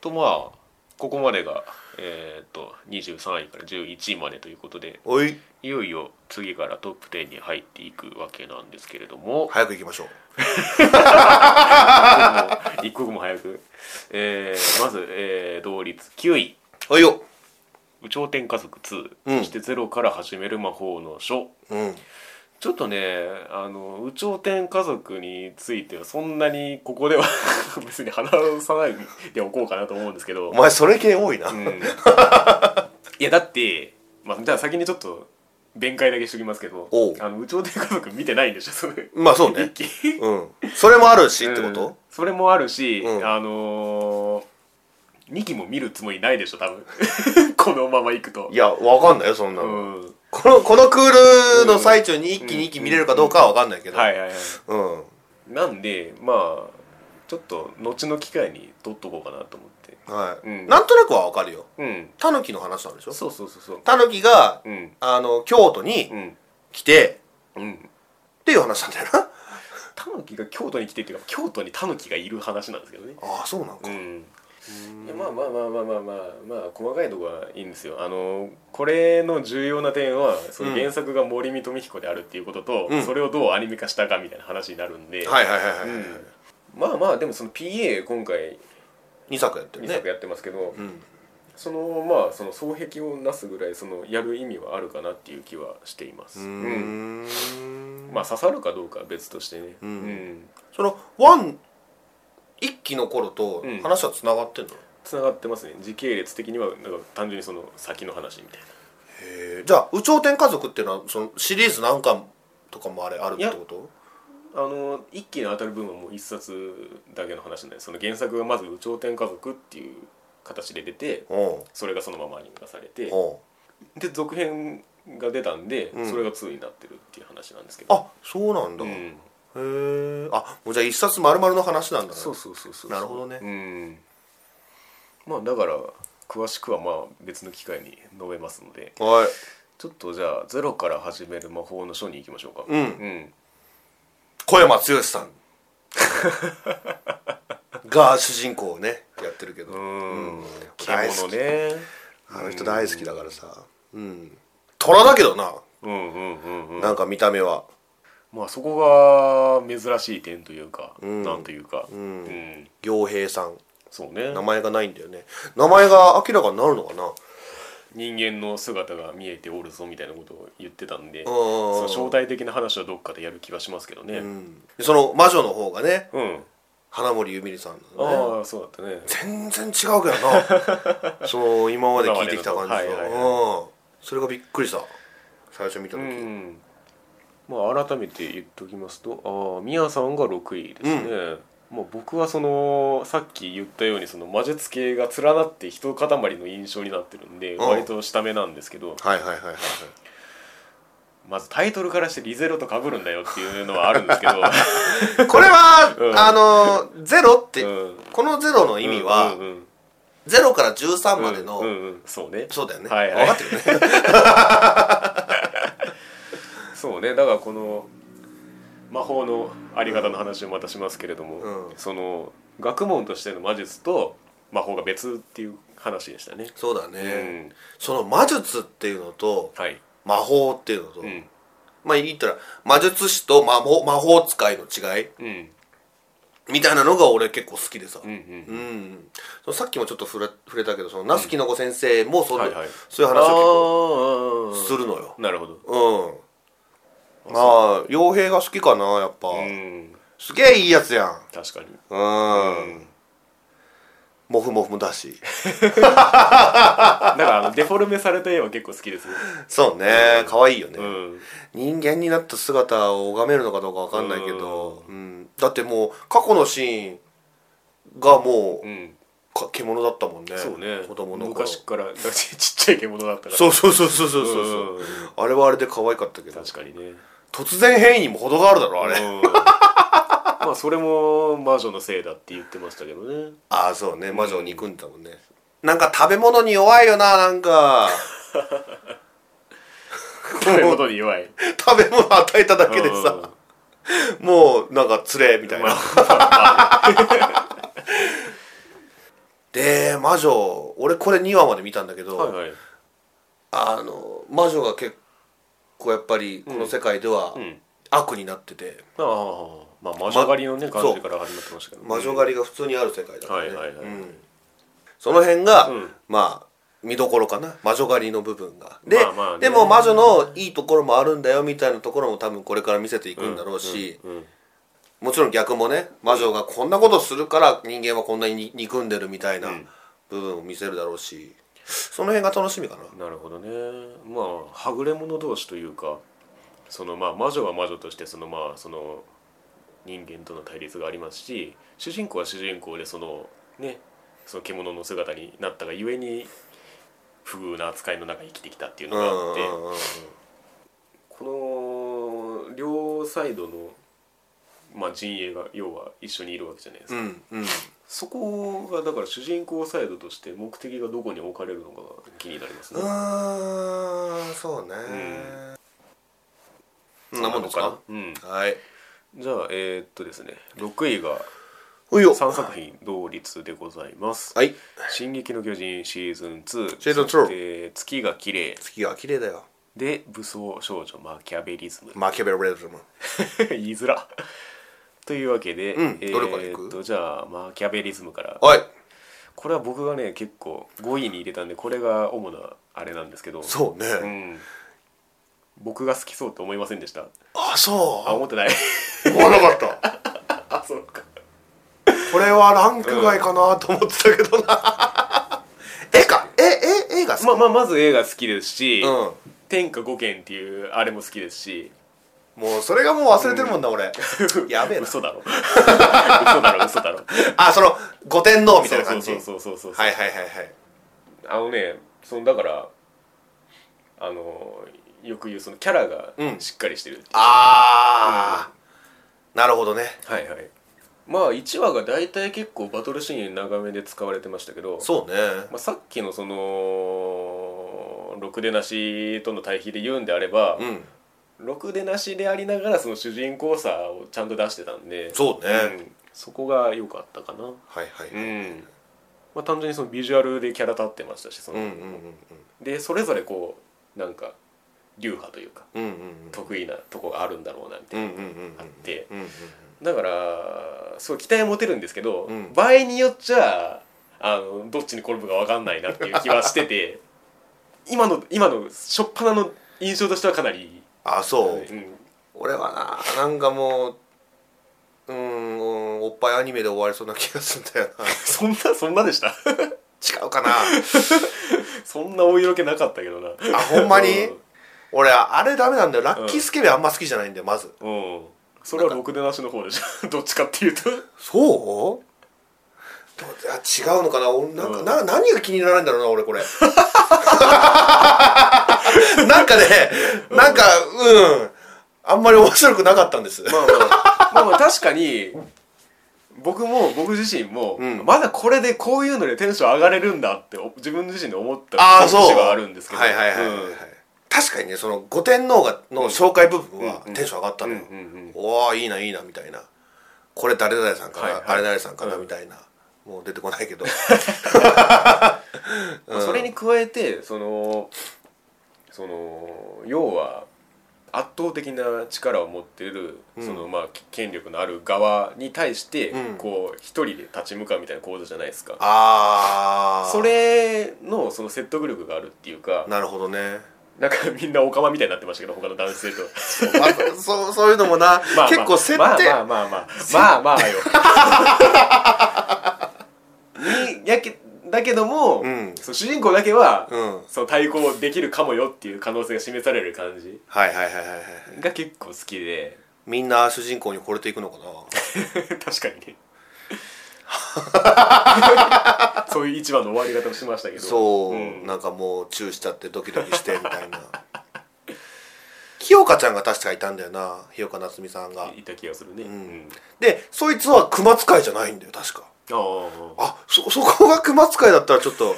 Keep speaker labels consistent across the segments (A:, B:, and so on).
A: とまあここまでがえっ、と23位から11位までということで
B: おい
A: いよいよ次からトップ10に入っていくわけなんですけれども、
B: 早く行きましょう
A: 一刻も早く、えーまず、えー同率9位
B: おいよ
A: 「有頂天家族2」
B: うん
A: そして「ゼロから始める魔法の書
B: うん」
A: ちょっとねあの有頂天家族についてはそんなにここでは 別に話さないでおこうかなと思うんですけど
B: お前それ系多いな、
A: うんいやだって、まあ、じゃあ先にちょっと弁解だけしときますけど
B: おう
A: あの有頂天家族見てないんでしょそれ
B: まあそうねうんそれもあるしってこ
A: うん
B: と、
A: それもあるし、
B: うん
A: あのー、2期も見るつもりないでしょ多分 このままいくと
B: いやわかんないよそんな
A: う
B: の、
A: んは
B: このこのクールの最中に一
A: う
B: 期
A: ん
B: 二期見れるかどうかはわかんないけ
A: い
B: ど
A: はいはい
B: うん
A: なんでまあちょっと後の機会に撮っとこうかなと思って
B: はい、
A: うん
B: なんとなくはわかるよ
A: うん
B: タヌキの話なんでしょ
A: そうそうそうそう
B: タヌキが
A: うん
B: あの京都に
A: うん
B: 来て
A: うん
B: っていう話なんだよな
A: タヌキが京都に来てっていうか京都にタヌキがいる話なんですけどね
B: ああそうなん
A: う
B: か、
A: んいやまあまあまあまあまあまあまあ細かいとこはいいんですよあのこれの重要な点はその原作が森見富彦であるっていうことと、
B: うん
A: それをどうアニメ化したかみたいな話になるんで、
B: はいはいはいはい、
A: うんまあまあでもその PA 今回
B: 二作やってる
A: 2
B: ね
A: 作やってますけど、
B: うん
A: そのまあその双璧をなすぐらいそのやる意味はあるかなっていう気はしています
B: うー
A: うん
B: ん
A: まあ刺さるかどうかは別としてね
B: う
A: うんん
B: そのワン一期の頃と
A: うん
B: 話はつながってんの、
A: つながってますね時系列的にはなんか単純にその先の話みたいな
B: へえじゃあ「有頂天家族」っていうのはそのシリーズ何巻とかもあれあるってこと
A: あの一期に当たる分はもう一冊だけの話なんでその原作がまず「有頂天家族」っていう形で出て
B: うん
A: それがそのままアニメ化されて
B: うん
A: で続編が出たんで、
B: うん
A: それが2になってるっていう話なんですけど
B: あそうなんだ、
A: う
B: へ
A: ん、
B: えあもうじゃあ一冊丸々の話なんだね
A: そうそうそうそう
B: なるほどね
A: うんまあだから詳しくはまあ別の機会に述べますので
B: はい
A: ちょっとじゃあ「ゼロから始める魔法の書」に行きましょうか
B: うん
A: うん、
B: 小山剛さ んが主人公をねやってるけど
A: うん、
B: 大好き
A: 獣ね
B: あの人大好きだからさうん虎だけどな、
A: うんうんうんうん
B: なんか見た目は
A: まあそこが珍しい点というか、
B: ん
A: なんというか、うん
B: 行平さん
A: そうね
B: 名前がないんだよね名前が明らかになるのかな
A: 人間の姿が見えておるぞみたいなことを言ってたんで
B: んうんうん
A: その正体的な話はどっかでやる気がしますけどねう、
B: うんんでその魔女の方がね花森ゆみりさんなのね
A: ああそうだったね
B: 全然違うけどな その今まで聞いてきた感じと、
A: 今までのとはいはい
B: うんそれがびっくりした最初見た
A: う
B: 時、
A: んまあ改めて言っときますとああミヤさんが6位ですね、まあ、僕はそのさっき言ったようにその魔術系が連なって一塊の印象になってるんで
B: ん
A: 割と下目なんですけど、
B: はいはいはいはいはい
A: まずタイトルからしてリゼロと被るんだよっていうのはあるん ですけど、
B: これは、
A: うん
B: あのゼロって、
A: うん
B: このゼロの意味は、
A: うんうん
B: ゼロから13までの、
A: うんうんうんそうね
B: そうだよね、
A: はいはい
B: 分かってるね
A: そうねだからこの魔法のあり方の話をまたしますけれども、
B: うん
A: その学問としての魔術と魔法が別っていう話でしたね。
B: そうだね、
A: うん
B: その魔術っていうのと
A: はい、
B: 魔法っていうのと、
A: うん
B: まあ言ったら魔術師と魔法魔法使いの違い
A: うんうん
B: みたいなのが俺結構好きでさ、
A: うん
B: うんそのさっきもちょっと触れ触れたけどその那須きの子先生もそ,、う
A: はいはい
B: そういう話を
A: あ
B: 結構
A: あ
B: するのよ
A: なるほど。
B: うんまあ傭兵が好きかなやっぱ、
A: うん
B: すげえいいやつやん
A: 確かに。
B: うん、
A: うん
B: モフモフもだし
A: だからあのデフォルメされた絵は結構好きですね。
B: そうね可愛いよね、
A: うん
B: 人間になった姿を拝めるのかどうかわかんないけど、うんだってもう過去のシーンがもう
A: うん
B: か獣だったもんね
A: そうね
B: 子供の頃
A: 昔からだ からちちっちゃい獣だったから
B: そうそうそうそうそうそう
A: うん
B: あれはあれで可愛かったけど
A: 確かにね
B: 突然変異にも程があるだろあれ、
A: うんまあそれも魔女のせいだって言ってましたけど ね
B: ああそうね魔女を憎んだもんね、なんか食べ物に弱いよなな んか
A: そういうことに弱い
B: 食べ物与えただけでさ、もうなんか連れみた
A: うん
B: いな、
A: まあ
B: で魔女俺これ2話まで見たんだけど、
A: はいはい
B: あの魔女が結構やっぱりこの世界では
A: うん
B: 悪になってて、
A: ああまあ魔女狩りのね
B: ま
A: 感じから始まってましたけど
B: 魔女狩りが普通にある世界だからね、
A: はいはいはい
B: うんその辺が、
A: うん
B: まあ見どころかな魔女狩りの部分がで、
A: まあまあね
B: でも魔女のいいところもあるんだよみたいなところも多分これから見せていくんだろうし、
A: うんうん
B: もちろん逆もね魔女がこんなことするから人間はこんなに憎んでるみたいな部分を見せるだろうしその辺が楽しみかな
A: なるほどねまあはぐれ者同士というかそのまあ魔女は魔女としてそのまあその人間との対立がありますし主人公は主人公でそのねその獣の姿になったがゆえに不遇な扱いの中生きてきたっていうのがあって
B: うんうんうんうん
A: この両サイドの、まあ、陣営が要は一緒にいるわけじゃないですか、
B: うんうん
A: そこがだから主人公サイドとして目的がどこに置かれるのかが気になりますね。
B: うーんそうねそんなもんですか
A: うん
B: はい
A: じゃあえーっとですね6位が
B: ほいよ
A: 3作品同率でございます
B: はい
A: 「進撃の巨人」シーズン2
B: シーズン2
A: そして月が綺麗
B: 月が綺麗だよ
A: で武装少女マキャベリズム
B: マキャベレズム
A: 言いづらというわけで、
B: うん
A: え
B: どれからいく
A: ーっとじゃあマキャベリズムから
B: はい
A: これは僕がね結構5位に入れたんでこれが主なあれなんですけど
B: そうね、
A: うん僕が好きそうって思いませんでした
B: あ
A: あ
B: そ
A: 思 ってない
B: う思わなかった
A: あそうか
B: これはランク外かなと思ってたけどな絵かええ絵が好き
A: まあまあまず映画好きですし、
B: うん
A: 天下五剣っていうあれも好きですし
B: もうそれがもう忘れてるもんな、俺やべえな
A: 嘘だろ嘘だろ嘘だろ
B: あその五天王みたいな
A: そ
B: 感
A: う
B: じ
A: そうそうそうそうそう、
B: はいはいはいはい
A: あのねそのだからあのよく言うそのキャラが
B: うん
A: しっかりしてるっていう
B: ああ、なるほどね
A: はいはいまあ1話が大体結構バトルシーン長めで使われてましたけど、
B: そうね
A: まあ、さっきのそのろくでなしとの対比で言うんであれば、
B: うん
A: ろくでなしでありながらその主人公さをちゃんと出してたんで
B: そうね
A: んそこが良かったかな
B: はいはい、
A: うんまあ、単純にそのビジュアルでキャラ立ってましたしその、
B: うんうんうん
A: でそれぞれこうなんか流派というか
B: うんうんうん
A: 得意なとこがあるんだろうなみたい
B: うん
A: な、
B: うんうん
A: あって
B: うんうん
A: だからそう期待持てるんですけど、
B: うん
A: 場合によっちゃあのどっちに転ぶか分かんないなっていう気はしてて今の今の初っ端の印象としてはかなり、
B: あそ
A: う
B: う、
A: ん
B: 俺はななんかもううーんおっぱいアニメで終わりそうな気がするんだ よな
A: そんなそんなでした
B: 違うかな
A: そんなお色気なかったけどな
B: あほんまに
A: うん
B: 俺あれダメなんだよラッキースケベあんま好きじゃないんだよまず
A: うんそれはろくでなしの方でしょどっちかっていうと
B: そうどいや違うのかな俺なんか、
A: うん
B: な何が気にならないんだろうな俺これ なんかねなんかうんあんまり面白くなかったんです、
A: まあまあ、まあまあ確かに僕も僕自身も、
B: うん
A: まだこれでこういうのでテンション上がれるんだってお自分自身で思った
B: ああそう
A: 節はあるんですけど
B: はいはいはい、はい
A: うん
B: 確かにねその五天王がの紹介部分は
A: うん
B: テンション上がったのよ、
A: うんうんうん
B: おおいいないいなみたいなこれ誰々さんかな、
A: はいはい
B: 誰々さんかな、
A: うん
B: みたいなもう出てこないけど
A: まあそれに加えてそのその要は圧倒的な力を持っている、そのまあ権力のある側に対して、
B: うん
A: こう一人で立ち向かうみたいな構図じゃないですか。
B: ああ
A: それのその説得力があるっていうか
B: なるほどね
A: なんかみんなオカマみたいになってましたけど他の男性と
B: まあそそうそういうのもな、
A: まあまあ
B: 結構設定、
A: まあまあまあまあまあまあよ にやけだけども、
B: うん
A: そう主人公だけは、
B: うん
A: そう対抗できるかもよっていう可能性が示される感じ
B: はいはいはいはいはい
A: が結構好きで
B: みんな主人公に惚れていくのかな
A: 確かにね そういう一番の終わり方をしましたけど
B: そう、
A: ん
B: なんかもうチューしちゃってドキドキしてみたいな 清香ちゃんが確かいたんだよな清香夏美さんが
A: いた気がするね、うん
B: でそいつは熊使いじゃないんだよ確か
A: ああ
B: あそそこが熊使いだったらちょっ と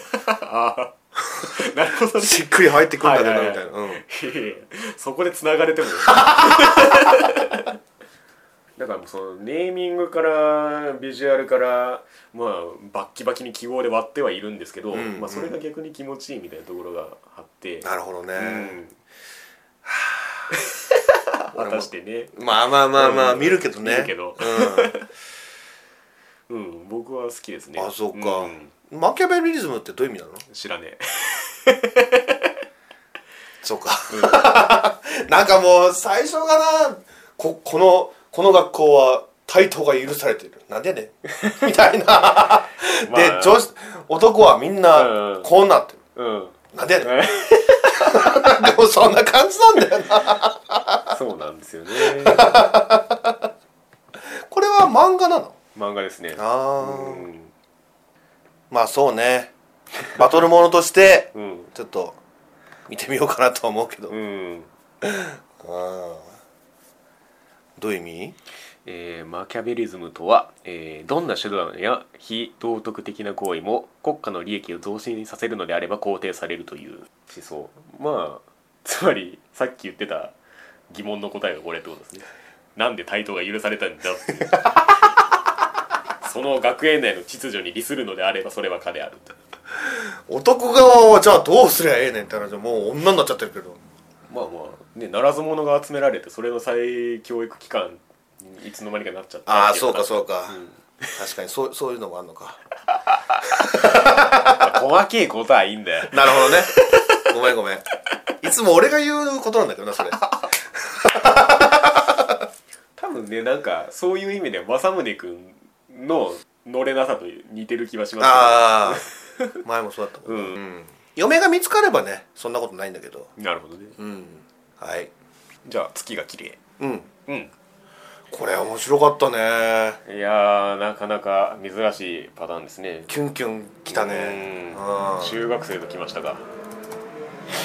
A: なるほどね。
B: しっくり入ってくるんだけどなみたいな、
A: ははは
B: うん
A: いやいやそこで繋がれても。だからもうそのネーミングからビジュアルからまあバッキバキに記号で割ってはいるんですけど、
B: うんうん
A: まあ、それが逆に気持ちいいみたいなところがあって、
B: なるほどね、
A: うん、
B: 俺
A: 果
B: も
A: たしてね、
B: まあまあまあまあ
A: うん
B: 見るけどね
A: 見るけど
B: う
A: うん、僕は好きですね
B: ん、あそっか、
A: ん
B: マキャベリズムってどういう意味なの
A: 知らねえ
B: そうか、 なんかもう最初がなここのこの学校は対等が許されてるなんでやね んみたいな、 で
A: まあ
B: 女子男はみんな
A: うん
B: こうなってる、
A: う ん
B: なんでやねんでもそんな感じなんだよな
A: そうなんですよね
B: これは漫画なの
A: 漫画ですね
B: あ
A: う
B: ー
A: ん、
B: まあそうねバトルものとして
A: うん
B: ちょっと見てみようかなとは思うけど、
A: うん
B: あーどういう意味
A: えーマキャベリズムとは、えーどんな手段や非道徳的な行為も国家の利益を増進させるのであれば肯定されるという思想まあ つまりさっき言ってた疑問の答えがこれってことですねなんで対等が許されたんだっていうその学園内の秩序に利するのであればそれは金ある
B: 男側はじゃあどうすりゃええねんって話もう女になっちゃってるけど
A: まあまあねならず者が集められてそれの再教育機関にいつの間にかなっちゃった
B: ああ
A: ってい
B: そうかそううか、確かにそうそういうのもあんのか
A: か細けえことはいいんだよ
B: なるほどねごめんごめんいつも俺が言うことなんだけどな それ
A: 多分ねなんかそういう意味では政宗君の乗れなさと似てる気はしますね
B: ああ前もそうだったもん、
A: うん
B: うん嫁が見つかればねそんなことないんだけど
A: なるほどね
B: うんはい
A: じゃあ月が綺麗
B: うん
A: うん
B: これ面白かったね
A: いやーなかなか珍しいパターンですね
B: キュンキュンきたね
A: うん
B: うん
A: 中学生と来ましたか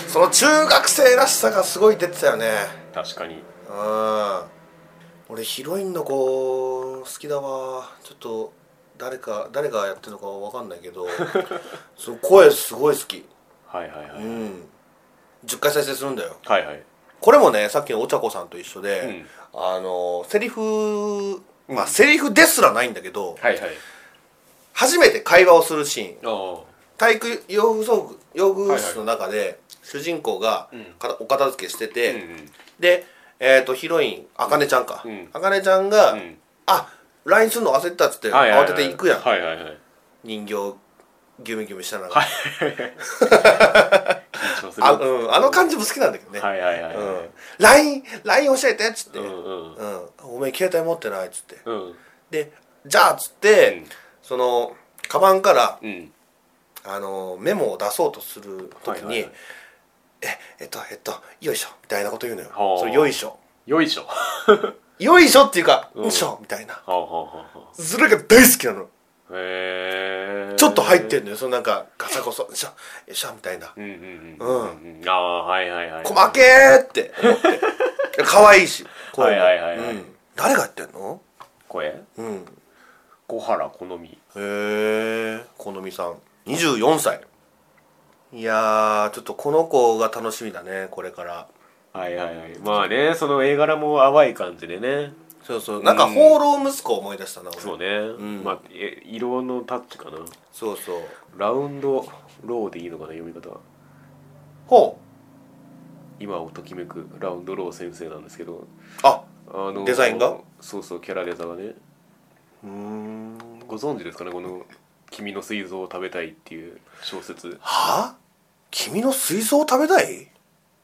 B: その中学生らしさがすごい出てたよね
A: 確かに
B: うん俺ヒロインの子好きだわちょっと誰か誰がやってるのかわかんない けどその声すごい好き
A: はいはいは
B: う
A: い、
B: ん10回再生するんだよ
A: はいはい
B: これもねさっきのお茶子さんと一緒で、
A: うん
B: あのセリフまあセリフですらないんだけど、
A: はいはい
B: 初めて会話をするシーン
A: ああ
B: 体育用具装具用具室の中で、主人公が
A: うん
B: かお片付けしてて、
A: うん
B: で、えー、とヒロインあかねちゃんか
A: うん
B: あかねちゃんが、
A: うん
B: あ LINE するの忘れてたっつって
A: はいはいは
B: 慌てて行くやん、
A: はいはい はい
B: 人形ギュミギュミした中、
A: はい緊張する
B: あうん、あの感じも好きなんだけどね、
A: はいはいはいはい
B: うん、LINE, LINE 教えてっつって、
A: う
B: うん
A: んうん
B: おめえ携帯持ってないっつって
A: うん
B: でじゃあっつって、
A: うん
B: そのカバンから
A: うん
B: あのメモを出そうとする時に、
A: はいはいはい
B: えっとえっとよいしょみたいなこと言うのよ
A: はあ
B: それよいしょ
A: よいしょは
B: よいしょっていうか、
A: うん
B: うん、しょみたいな
A: あはあはあはあ
B: それが大好きなの
A: へえ
B: ちょっと入ってんのよそのなんかガサゴソよいしょよいしょみたいな
A: うんうんうんうんうんああはいはいはい
B: 細けーって思って可愛いし声も
A: はいはいはいはい
B: うん誰がやってんの
A: 声
B: うんへ
A: 小原好み
B: え好みさん24歳いやーちょっとこの子が楽しみだねこれから
A: はいはいはいまあねその絵柄も淡い感じでね
B: そうそうなんか放浪息子を思い出したな俺
A: そうね、
B: ん
A: まあえ色のタッチかな
B: そうそう
A: ラウンドローでいいのかな読み方は
B: ほう
A: 今をときめくラウンドロー先生なんですけど
B: あ
A: あの
B: デザインが
A: そうそうキャラデザがね
B: うん
A: ご存知ですかねこの「君の膵臓を食べたい」っていう小説
B: はあ君の水槽を食べたい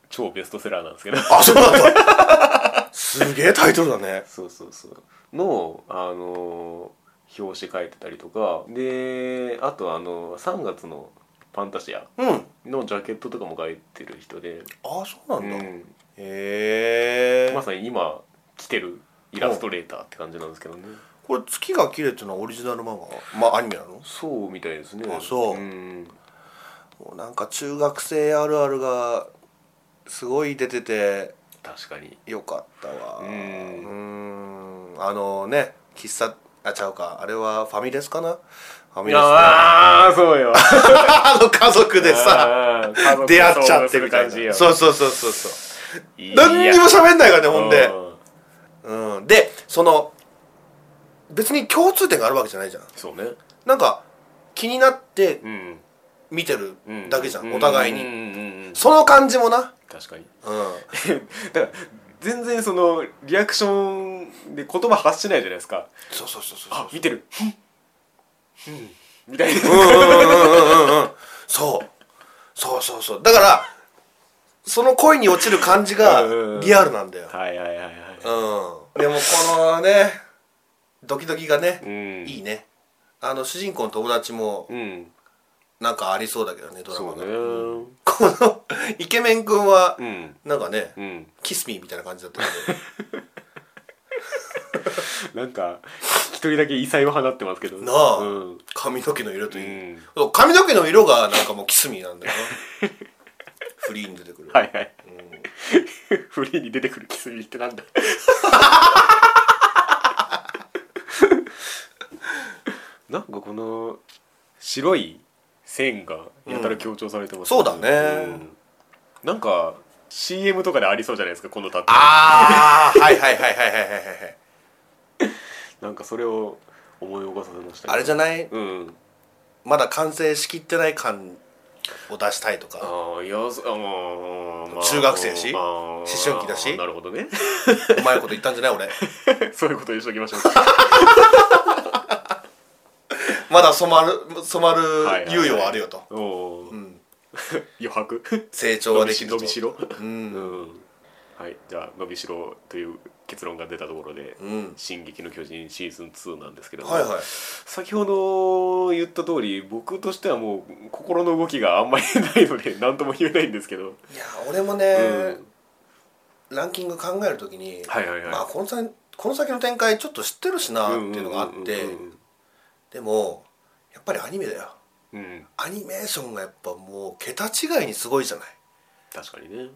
A: 超ベストセラーなんですけど
B: あそうな んだすげえタイトルだね
A: そうそうそうの、あのー表紙書いてたりとかであとあの3月の「ファンタシア
B: うん」
A: のジャケットとかも書いてる人で、
B: あそうなんだ、へ
A: うん
B: え
A: まさに今来てるイラストレーターって感じなんですけどね
B: これ「月が綺麗っていうのはオリジナル漫画まあアニメなの
A: そうみたいですね
B: あそうんもうなんか中学生あるあるがすごい出てて
A: 確かに
B: よかったわ
A: う
B: うんーんあのね喫茶あちゃうかあれはファミレスかなファミレスのあ
A: ああそうよ
B: の家族でさ
A: あー家族と
B: 出会っちゃってみたい
A: 遭遇する感じよ
B: なそうそうそうそうそう
A: いや
B: 何にも喋んないからねほんで
A: う
B: うんでその別に共通点があるわけじゃないじゃん
A: そうね
B: なんか気になって
A: うん
B: 見てる
A: うん
B: だけじゃん、お互いに、
A: うんうんうんうん
B: その感じもな
A: 確かに
B: う
A: だから全然そのリアクションで言葉発しないじゃないですか
B: そうそうそうそう
A: あ見てるふんふんみたいな
B: そうそうそうそうだからその恋に落ちる感じが
A: うん
B: リアルなんだよ、
A: はいはいはいはい
B: うん、でもこのねドキドキがね、
A: うん
B: いいねあの主人公の友達も
A: うん
B: なんかありそうだけどねドラ
A: そ
B: マ
A: う
B: の、
A: ね
B: このイケメン君は
A: うん
B: なんかね、
A: うん
B: キスミーみたいな感じだったけ
A: なんか一人だけ異彩を放ってますけど
B: どなあ、
A: うん
B: 髪の毛の色といい、
A: うん
B: そう髪の毛の色がなんかもうキスミーなんだよな フリーに出てくる、
A: はいはい、フリーに出てくるキスミってなんだなんかこの白い線がやたら強調されてます
B: うんそうだね
A: うんなんか CM とかでありそうじゃないですかこのタッチ
B: ああはいはいはいはいはいはいはい
A: なんかそれを思い起こさせました
B: あれじゃ
A: ない
B: ない
A: うん
B: まだ完成しきってない感を出したいとか
A: ああいやそあのまあ
B: 中学生やし
A: あー
B: 思春期だし
A: なるほどね
B: うまいこと言ったんじゃない俺
A: そういうことにしときましょ う
B: まだ染まる染まる猶予はあるよと、
A: おおー、
B: ん
A: 余白
B: 成長はできると
A: 伸びしろ
B: うん
A: うんはいじゃあ伸びしろという結論が出たところで「
B: うん
A: 進撃の巨人」シーズン2なんですけども、
B: はいはい
A: 先ほど言った通り僕としてはもう心の動きがあんまりないので 何とも言えないんですけど
B: いや俺もね、ランキング考えるときに、
A: はいはいはい
B: まあ、この先この先の展開ちょっと知ってるしなっていうのがあってでもやっぱりアニメだよ
A: うんうん
B: アニメーションがやっぱもう桁違いにすごいじゃない
A: 確かにね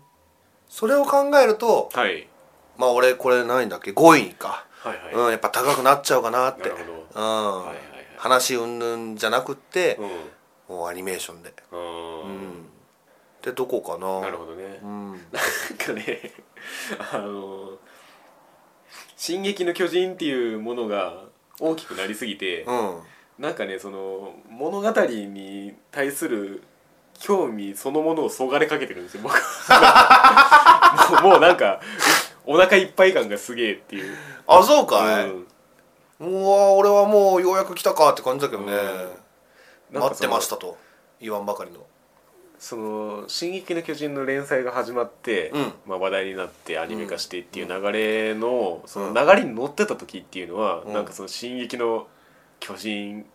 B: それを考えると
A: はい
B: まあ俺これ何位だっけ5位か、
A: はいはい、
B: うん、やっぱ高くなっちゃうかなっ
A: な
B: て
A: るほど
B: う
A: は
B: ん
A: いはい
B: 話云々じゃなくって
A: う、ん
B: もうアニメーションで
A: うん
B: うんでどこかな
A: なるほどね
B: うん、
A: なんかねあの「進撃の巨人」っていうものが大きくなりすぎて、
B: うん、
A: なんかねその物語に対する興味そのものをそがれかけてるんですよ僕 もうもうなんかお腹いっぱい感がすげえっていう、
B: あそうかい、
A: うん
B: うわ俺はもうようやく来たかって感じだけどね、
A: うん
B: 待ってましたと言わんばかりの
A: その「進撃の巨人」の連載が始まって、
B: うん
A: まあ、話題になってアニメ化してっていう流れの、その流れに乗ってた時っていうのは、
B: うん
A: なんかその「進撃の巨人」っ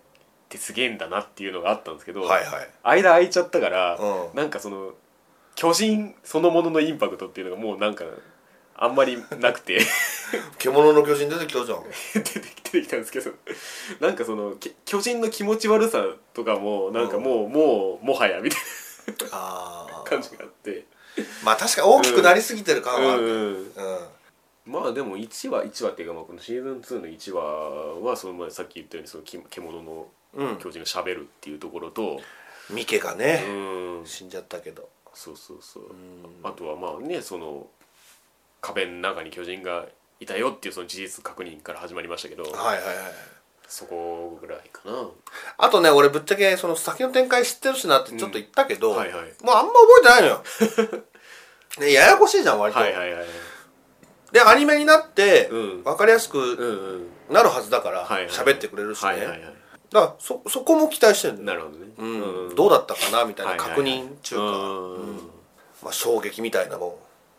A: てすげえんだなっていうのがあったんですけど、
B: はいはい
A: 間空いちゃったから、
B: うん
A: なんかその巨人そのもののインパクトっていうのがもうなんかあんまりなくて
B: 獣の巨人出てきたじゃん
A: 出てきて出てきたんですけどなんかそのき巨人の気持ち悪さとかもなんかもう、もうもはやみたい
B: あ
A: な
B: ー
A: 感じがあって。
B: まあ確かに大きくなりすぎてる感はあ
A: う
B: る
A: んうん
B: うん、
A: まあでも1話1話っていうかまあこのシーズン2の1話はその前さっき言ったようにそのき獣の
B: うん
A: 巨人がしゃべるっていうところと
B: ミケが
A: う
B: ね、
A: ん
B: 死んじゃったけど
A: そうそうそう
B: うん
A: あとはまあねその壁の中に巨人がいたよっていうその事実確認から始まりましたけど
B: はいはいはい
A: そこぐらいかな
B: あとね俺ぶっちゃけその先の展開知ってるしなってちょっと言ったけど、
A: うんはいはい
B: もうあんま覚えてないの よ、ね、ややこしいじゃん割と、
A: はいはいはい
B: でアニメになって、
A: うん
B: 分かりやす
A: う
B: く
A: んうん
B: なるはずだから
A: はいはい
B: 喋、ってくれるしね、
A: はいはいはい
B: だからそそこも期待してるんだ
A: な
B: よ、
A: るほどね
B: うんどうだったかなみたいな
A: はいはいはい
B: 確認中か、
A: うん
B: まあ、衝撃みたいなも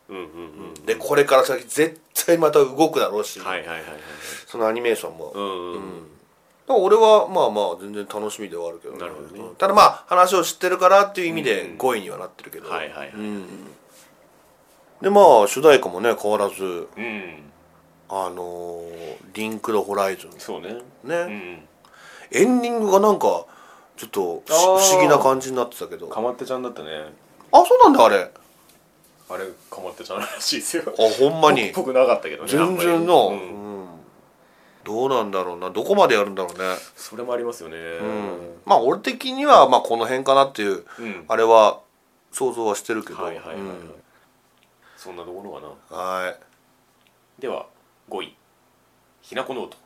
A: うんうんうん
B: んでこれから先絶対また動くだろうし、
A: はいはいはいはい
B: そのアニメーションも、
A: う
B: だか
A: んうん
B: ら俺はまあまあ全然楽しみではあるけどね
A: なるほどね
B: うんただまあ話を知ってるからっていう意味で5位にはなってるけど、
A: はいはいはい
B: うんでまあ主題歌もね変わらず
A: うん
B: あのーリンクドホライズン」
A: そうねう
B: ね、
A: ん
B: エンディングがなんかちょっと不
A: あー
B: 思議な感じになってたけど
A: かまってちゃんだったね
B: あそうなんだあれ
A: あれかまってちゃんらしいですよ
B: あほんまに
A: ぽくなかったけどね
B: 全
A: あ
B: 然
A: ん
B: な、
A: ま
B: う
A: りうん
B: んどうなんだろうなどこまでやるんだろうね、
A: それもありますよねう
B: うん、まあ俺的にはまあこの辺かなっていう
A: うん
B: あれは想像はしてるけど
A: はいはいはいはい
B: うん
A: そんなところかな
B: はい
A: では5位「ひなこノート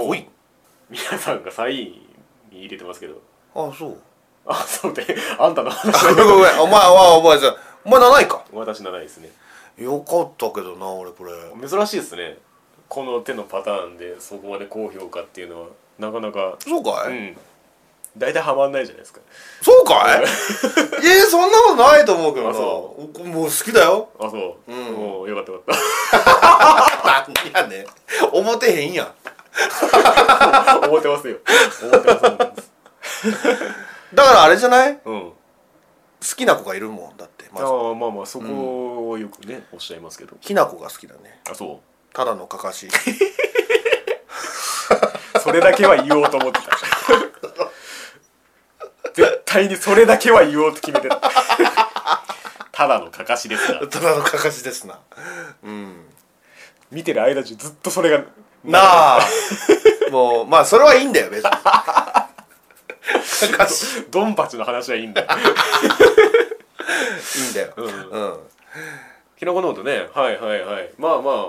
B: おい
A: 皆さんがサインに入れてますけど
B: あそう
A: あそうであんたの
B: あ
A: 話
B: ごめんごめんお前はお前さお前7位か
A: 私ならないですね
B: よかったけどな俺これ
A: 珍しいですねこの手のパターンでそこまで高評価っていうのはなかなか
B: そうか
A: う
B: い、
A: ん大体はまんないじゃないですか
B: そう かいえー、そんなことないと思うけど
A: あ
B: な
A: そ
B: おもう好き だよ
A: あそう、
B: うん
A: もうよかったよかっ
B: なんやねん思てへんやん
A: た思ってますよ思ってます思ってます
B: だからあれじゃない好
A: うん
B: きな子がいるもんだってまず
A: ああ まあまあそこをよくね、おっしゃいますけど
B: きな子が好きだね
A: あそ
B: ただのか かし
A: うそれだけは言おうと思ってた 絶対にそれだけは言おうと決めてた ただのかかしですが
B: ただのかかしですなうん
A: 見てる間中ずっとそれが
B: なあもうまあそれはいいんだよ 別にかかし
A: ドンパチの話はいいんだよ
B: いいんだよ
A: うん
B: うん
A: キノコノートねはいはいはいまあまあ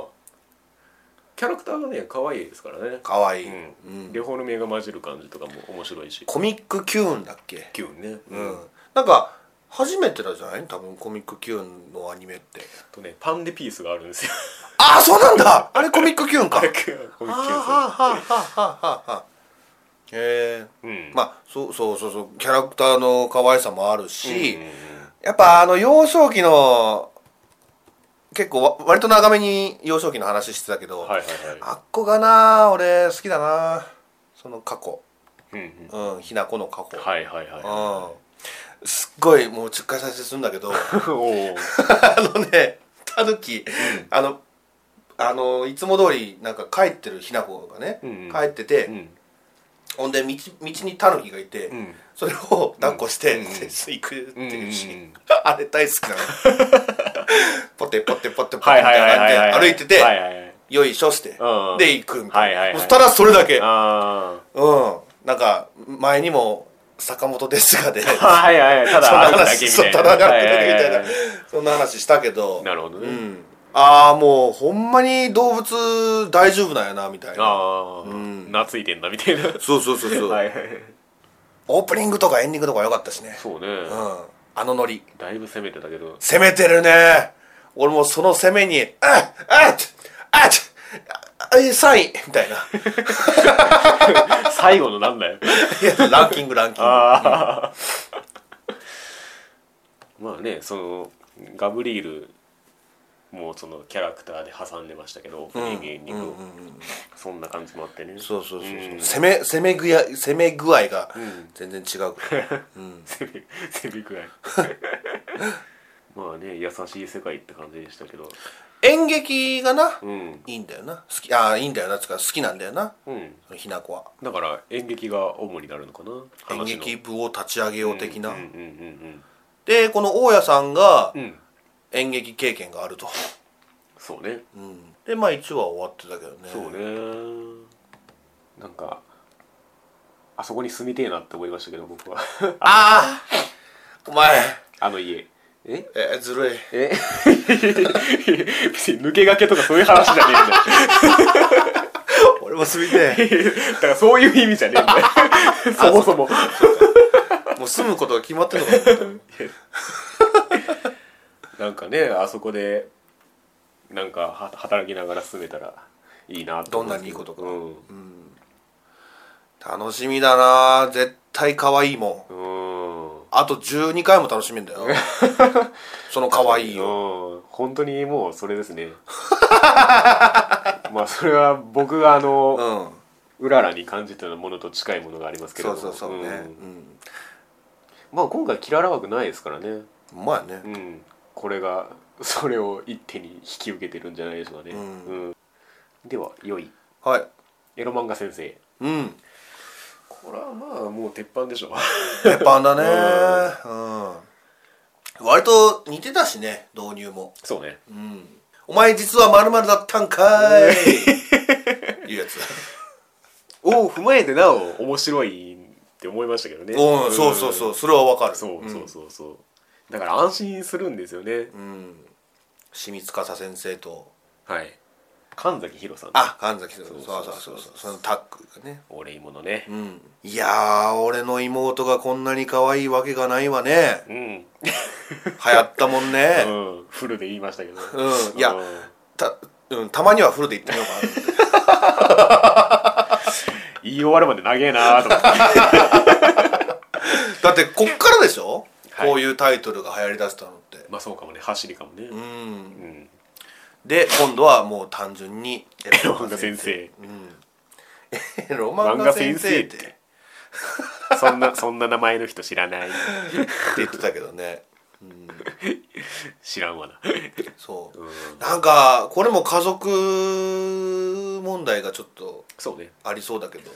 A: キャラクターがね可愛いですからね
B: かわいい、
A: うん
B: うん
A: 両方の目が混じる感じとかも面白いし
B: コミックキューンだっけ
A: キュンね
B: うん、なんか初めてだじゃない多分コミックキューンのアニメって
A: とねパンでピースがあるんですよ
B: ああそうなんだあれコミックキューン か
A: コミッ
B: あ
A: クキ
B: ー
A: ュ
B: は
A: ン
B: あ
A: す
B: はあはあはあはあへえ
A: るうん
B: まあそうそうそうそうキャラクターの可愛さもあるし、
A: うんうんうん
B: やっぱあの幼少期の結構わ割と長めに幼少期の話してたけど、
A: はいはいは
B: あっこがな俺好きだなその過去
A: いうんうん
B: うんひなこの過去、
A: はいはいは
B: うんすっごいもう10回再生するんだ けどあ
A: い おお
B: のねたぬきあのあのいつも通りなんか帰ってるひなこがね、
A: うん
B: 帰ってて、
A: うん
B: ほんで道道にたぬきがいて、
A: うん
B: それを抱っこして、
A: うん
B: で行くっていうシーン、
A: うんうんうん
B: あれ大好きなの ポテポテポテポテみ
A: はいはいはい
B: た
A: はいい
B: な
A: は
B: 歩いてて、
A: はいはいはい
B: よいしょして、
A: うん
B: で行くみたいな、
A: はいはいはい
B: そしたらそれだけ
A: あ
B: うんなんか前にも坂本で すがで
A: あはいはいはいた
B: そんな
A: だあるだけ
B: 話
A: み
B: そ
A: た
B: う
A: いな
B: ただ歩
A: はい
B: て
A: い
B: るだけみ
A: は
B: た
A: い
B: い
A: は
B: ないそんな話したけど
A: なるほどね
B: うん、ああもうほんまに動物大丈夫なんやなみたいな
A: ああ、
B: うん
A: 懐いてんだみたいな
B: そうそうそうそう、
A: はいはい
B: オープニングとかエンディングとか良かったしね
A: そうね、
B: うんあのノリ
A: だいぶ攻めてたけど
B: 攻めてるね俺もその攻めに「あっあっあっあっ3位」みたいな
A: 最後のなんだよ
B: いやランキングランキング
A: ああまあねそのガブリールもそのキャラクターで挟んでましたけどオープニングエンディングをそんな感じもあってね
B: そうそうそうそう、
A: ん
B: 攻め攻め具合攻め具合が全然違
A: 攻
B: う、
A: め攻めく らいまあね優しい世界って感じでしたけど
B: 演劇がな、
A: うん
B: いいんだよな好きああいいんだよなつうか好きなんだよな
A: うん
B: そのひな子は
A: だから演劇が主になるのかな話
B: 演
A: の
B: 劇部を立ち上げよう的な、
A: うんうんうん
B: でこの大家さんが
A: うんうん
B: 演劇経験があると、
A: そうね
B: うん、でまあ1話終わってたけどね
A: そうねなんかあそこに住みてえなって思いましたけど僕 は
B: ああお前
A: あの家え
B: えーずるい
A: え別に抜け駆けとかそういう話じゃね
B: 俺も住みて
A: えんだよだからそういう意味じゃねえんだよ そもそも
B: えもう住むことが決まってるのかと思っ
A: なんかねあそこでなんかは働きながら住めたらいいなと思うんですけ
B: どんな
A: うん
B: た楽しみだな絶対可愛いもん
A: うん
B: あと12回も楽しめんだよ その可愛いよ
A: うん本当にもうそれです ねまあそれは僕があの、
B: うん
A: うららに感じてたものと近いものがありますけれ
B: そ
A: ど
B: う
A: も
B: そうそうね
A: んまあ今回キララ枠ないですからね
B: うんうまいね
A: うんこれが それを一手に引き受けてるんじゃないでしょうかね、
B: ん
A: うんでは良い
B: はい
A: エロ漫画先生
B: うん
A: これはまあもう鉄板でしょ
B: 鉄板だねうん割と似てたしね導入も
A: そうね
B: うんお前実は〇〇だったんかいいうやつ
A: を踏まえてなお面白いって思いましたけどね
B: うんそうそうそうそれはわかる
A: そうそうそうそうだから安心するんですよね、
B: うん、清水笠先生と
A: はい神崎博さん
B: あ神崎さんそ
A: そうう
B: そ
A: そうう
B: そ
A: そうう
B: そうそのタッグがね
A: 俺芋のね
B: うんいやー俺の妹がこんなに可愛いわけがない わね
A: うん、
B: 流行ったもんね、
A: うん、フルで言いましたけど、
B: うんいやた,、うん、たまにはフルで言ってみようかな
A: 言い終わるまで長えなと思 って
B: だってこっからでしょ、
A: はい
B: こういうタイトルが流行りだしたのって
A: まあそうかもね走りかもね
B: う
A: うんん
B: で今度はもう単純にエ
A: ロ漫画先生
B: エロ漫画先生っ
A: 漫画先生っ
B: て
A: てそんなそんな名前の人知らない
B: って言ってたけどね、うん、
A: 知らんわな
B: そう、
A: うん
B: なんかこれも家族問題がちょっと
A: そうね
B: ありそうだけど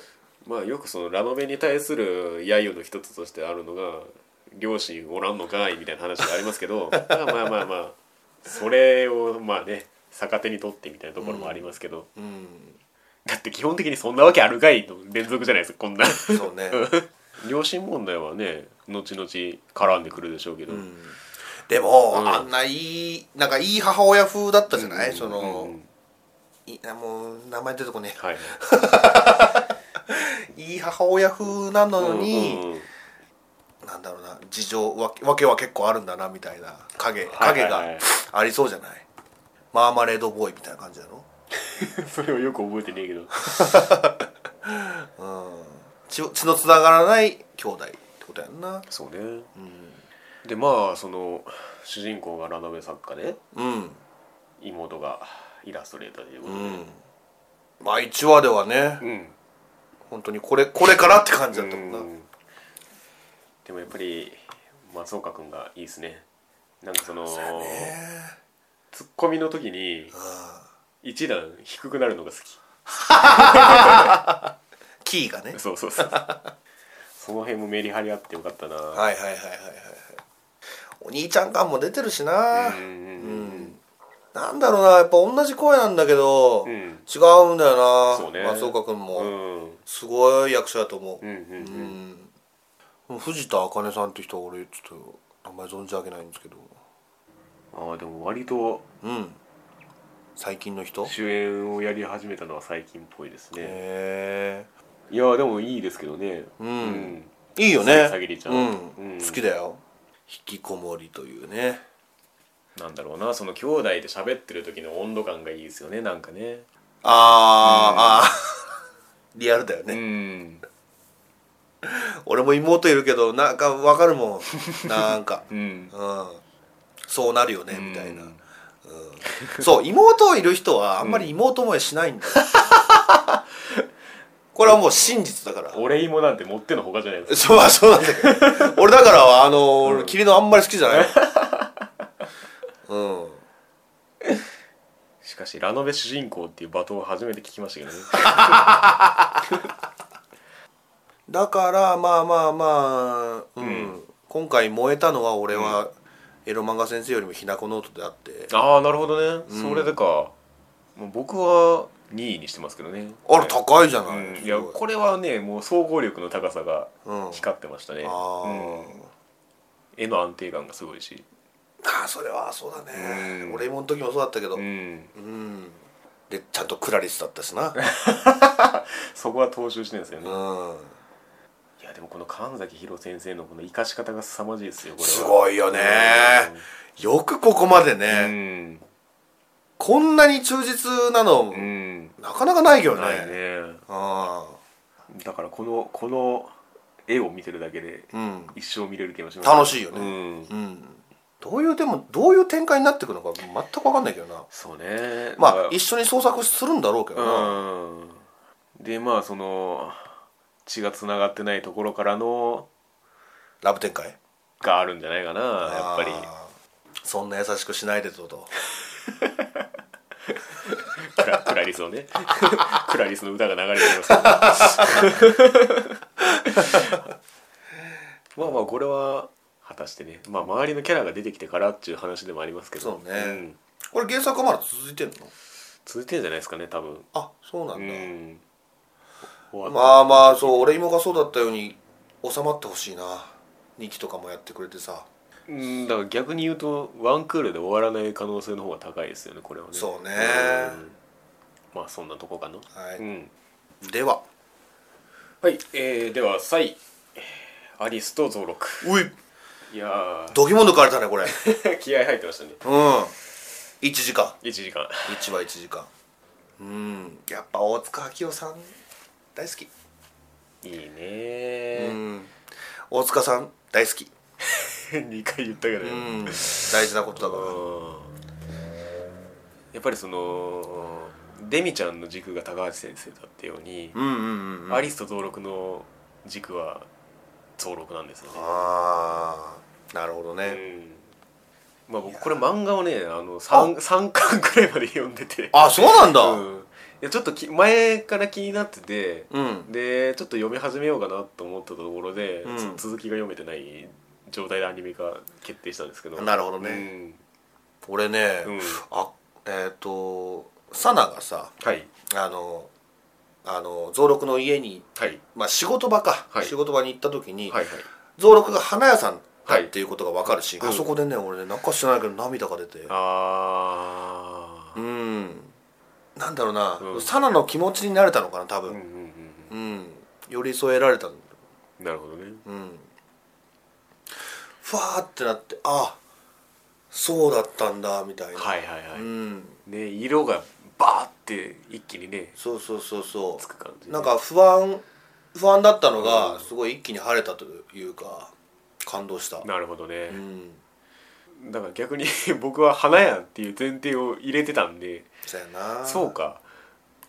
A: まあよくそのラノベに対する揶揄の一つとしてあるのが両親おらんのかいみたいな話がありますけど まあまあまあまあそれをまあね逆手に取ってみたいなところもありますけど、
B: うん
A: だって基本的にそんなわけあるかいの連続じゃないですかこ んな
B: そうね、
A: 両親問題はね後々絡んでくるでしょうけど、
B: うんでも、
A: うん
B: あんないいなんかいい母親風だったじゃない、
A: うん
B: その、
A: うん
B: いあもう名前出てこね
A: はい
B: えいい母親風なのに、
A: うんうんうん
B: なんだろうな事情わけわけは結構あるんだなみたいな影
A: はい
B: 影
A: はいはい
B: がありそうじゃない,、マーマレードボーイみたいな感じだろ
A: それをよく覚えてねえけど
B: うん血を血のつながらない兄弟ってことやんな
A: そうね、でまあその主人公がラノベ作家で
B: うん
A: 妹がイラストレーターというこ
B: う
A: とで、
B: んまあ1話ではね
A: うん
B: 本当にこれこれからって感じだったもんな
A: うんでもやっぱり松岡君がいいですねなんかその
B: ね
A: ツッコミの時に
B: あ
A: 一段低くなるのが好き
B: キーがね
A: そうそう そうその辺もメリハリあってよかったな、
B: はいはいはいはいはいはいお兄ちゃん感も出てるしな
A: うんうん
B: なんだろうなやっぱ同じ声なんだけど、
A: うんう
B: 違
A: ん
B: うんだよ
A: そうね
B: な、松岡君も、
A: うん
B: すごい役者だと思う
A: うんうんう
B: う
A: ん
B: ん、藤田茜さんって人は俺ちょっと名前存じ上げないんですけど
A: ああでも割と
B: うん最近の人へ
A: 主演をやり始めたのは最近っぽいですね
B: え
A: いやーでもいいですけどね
B: うん
A: うん
B: いいよね
A: さぎりちゃん
B: うん
A: うん
B: 好きだよ引きこもりというね
A: なんだろうなその兄弟で喋ってる時の温度感がいいですよねなんかね
B: あー、あー リアルだよね、
A: ん
B: 俺も妹いるけどなんかわかるもんなんか
A: うん
B: うんそうなるよねみたいな、
A: う
B: うん
A: ん
B: そう妹いる人はあんまり妹思いしないんだよ、これはもう真実だから
A: 俺芋なんて持ってのほかじゃないですか
B: そうそうなんだけど俺だからあの俺霧のあんまり好きじゃないうん
A: しかしラノベ主人公っていう罵倒を初めて聞きましたけどね
B: だからまあまあまあ
A: う
B: うん、
A: ん
B: 今回燃えたのは俺は、エロ漫画先生よりもひなこノートであって
A: ああなるほどね、
B: うん
A: それでかもう僕は2位にしてますけどね
B: あれ
A: い
B: 高いじゃない、
A: うんいやこれはねもう総合力の高さが
B: うん、あ
A: 光ってましたね、
B: あ
A: うん
B: ー、
A: 絵の安定感がすごいし
B: ああそれはそうだね、
A: うん
B: 俺もの時もそうだったけどう、
A: うんん
B: でちゃんとクラリスだった しな
A: そこは踏襲してるんですよ
B: う
A: ね、
B: ん
A: いやでもこの神崎弘先生のこの生かし方が凄まじいですよこれは
B: すごいよねよくここまでね、
A: うん
B: こんなに忠実なの、
A: うん、
B: なかなかないよね
A: ないね
B: あ
A: だからこのこの絵を見てるだけで
B: あうん、
A: 一生見れる気がします
B: 楽しいよね
A: うん
B: うん、どういうでもどういう展開になっていくのか全く分かんないけどな
A: そうね
B: ま
A: だ
B: あ一緒に創作するんだろうけどな、
A: うんでまあその血がつながってないところからの
B: ラブ展開やっ
A: があるんじゃないかなやっぱり
B: そんな優しくしないでとと
A: クラクラリスをねクラリスの歌が流れてきますけどまあまあこれは果たしてね、まあ、周りのキャラが出てきてからっていう話でもありますけど
B: そうね
A: ん
B: これ原作はまだ続いてんの
A: 続いてるんじゃないですかね多分
B: あそうなんだ、
A: うん終わっ
B: まあまあそう俺妹がそうだったように収まってほしいな2期とかもやってくれてさ、
A: たうんだから逆に言うとワンクールで終わらない可能性の方が高いですよねこれはね
B: そうね
A: んまあそんなとこかな、
B: はい
A: うん
B: では
A: はいえー、ではサイアリスと増録
B: うい
A: いや
B: どぎも抜かれたね これうん
A: ー気合入ってましたね
B: 1時間
A: 1時間
B: 1は1時間うんやっぱ大塚明夫さん大好き
A: いいうね
B: ん大塚さん大好き
A: 2回言ったけど、う
B: う
A: ん
B: 大事なことだか
A: やっぱりそのデミちゃんの軸が高橋先生だったように、
B: らうんうんうん
A: アリスと増録の軸は増録なんですよね
B: ああなるほどね
A: まあ僕これ漫画をねあの 3, 三巻くらいまで読んでて
B: あそうなんだ
A: うん、いやちょっとき前から気になってて
B: うん
A: でちょっと読み始めようかなと思ったところで、
B: うん
A: つ続きが読めてない状態でアニメ化決定したんですけど
B: なるほどね
A: うん
B: 俺ね
A: うん
B: あえっとサナがさ
A: はい
B: あのあの増六の家に
A: はい
B: まあ仕事場か
A: はい
B: 仕事場に行った時に
A: はいはい
B: 増六が花屋さんだ
A: はい
B: っていうことが分かるし
A: うん
B: あそこでね俺ねなんか知らないけど涙が出て
A: あ
B: う
A: ー
B: んなんだろうな、
A: うん
B: サナの気持ちになれたのかな多
A: うんうん
B: 分、
A: うん
B: うん寄り添えられたの
A: うんなるほどね
B: うんふわーってなってあそうだったんだみたいな、
A: はいはいはい、
B: うん
A: ね色がバーって一気にね
B: そうそうそうそ
A: つく感じ
B: うなんか不安不安だったのが
A: うん
B: すごい一気に晴れたというか感動した
A: なるほどね、
B: うん
A: だから逆に 僕は花やんっていう前提を入れてたんで
B: そうやな
A: そうか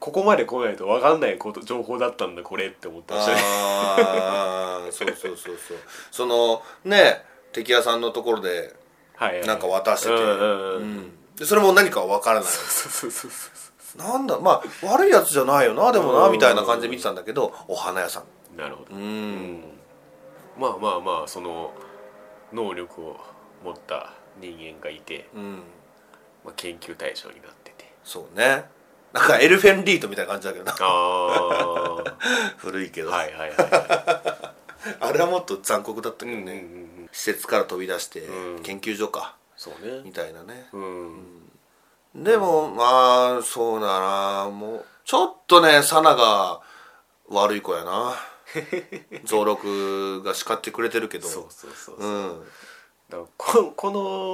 A: ここまで来ないと分かんないこと情報だったんだこれって思ってましたね
B: ああそうそうそうそうそのね敵屋さんのところで
A: はい、はい、
B: なんか渡してて、
A: うんうんうん
B: うんでそれも何かは分からない
A: そうそうそうそうそ
B: なんだまあ悪いやつじゃないよなでもな
A: うん
B: みたいな感じで見てたんだけどお花屋さん
A: うなるほどう
B: う、
A: んまあまあまあその能力を持った人間がいて、
B: うん
A: まあ、研究対象になってて
B: そうねなんかエルフェンリートみたいな感じだけどな
A: ああは
B: 古いけ
A: い
B: ど、
A: はいはいは
B: あれはもっと残酷だった
A: い、
B: け
A: う
B: ど
A: んうんう
B: ね、
A: ん、
B: 施設から飛び出して、
A: うん
B: 研究所か
A: そうね
B: みたいなね
A: うん
B: でもまあそうだなもうちょっとねサナが悪い子 やな増六が叱ってくれてるけど
A: そうそうそう
B: う、ん、
A: だからここ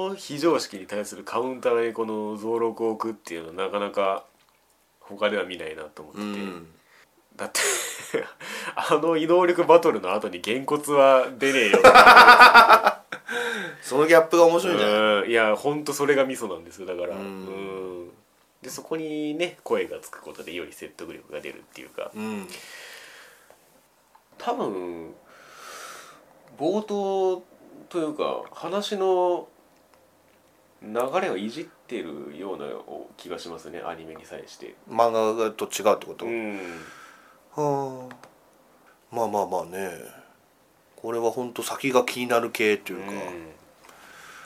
A: の非常識に対するカウンターにこの増録を置くっていうのはなかなか他では見ないなと思って
B: う
A: て、
B: ん、
A: だって あの移動力バトルの後にげんこつは出ねえ よ
B: そのギャップが面白いんじゃない、
A: うんいやほんとそれがミソなんですよだから
B: うん
A: うんでそこにね声がつくことでより説得力が出るっていうか
B: うん
A: 多分冒頭というか話の流れをいじってるような気がしますねアニメに際して
B: 漫画と違うってこと、
A: ん
B: はあまあまあまあねこれは本当先が気になる系というか、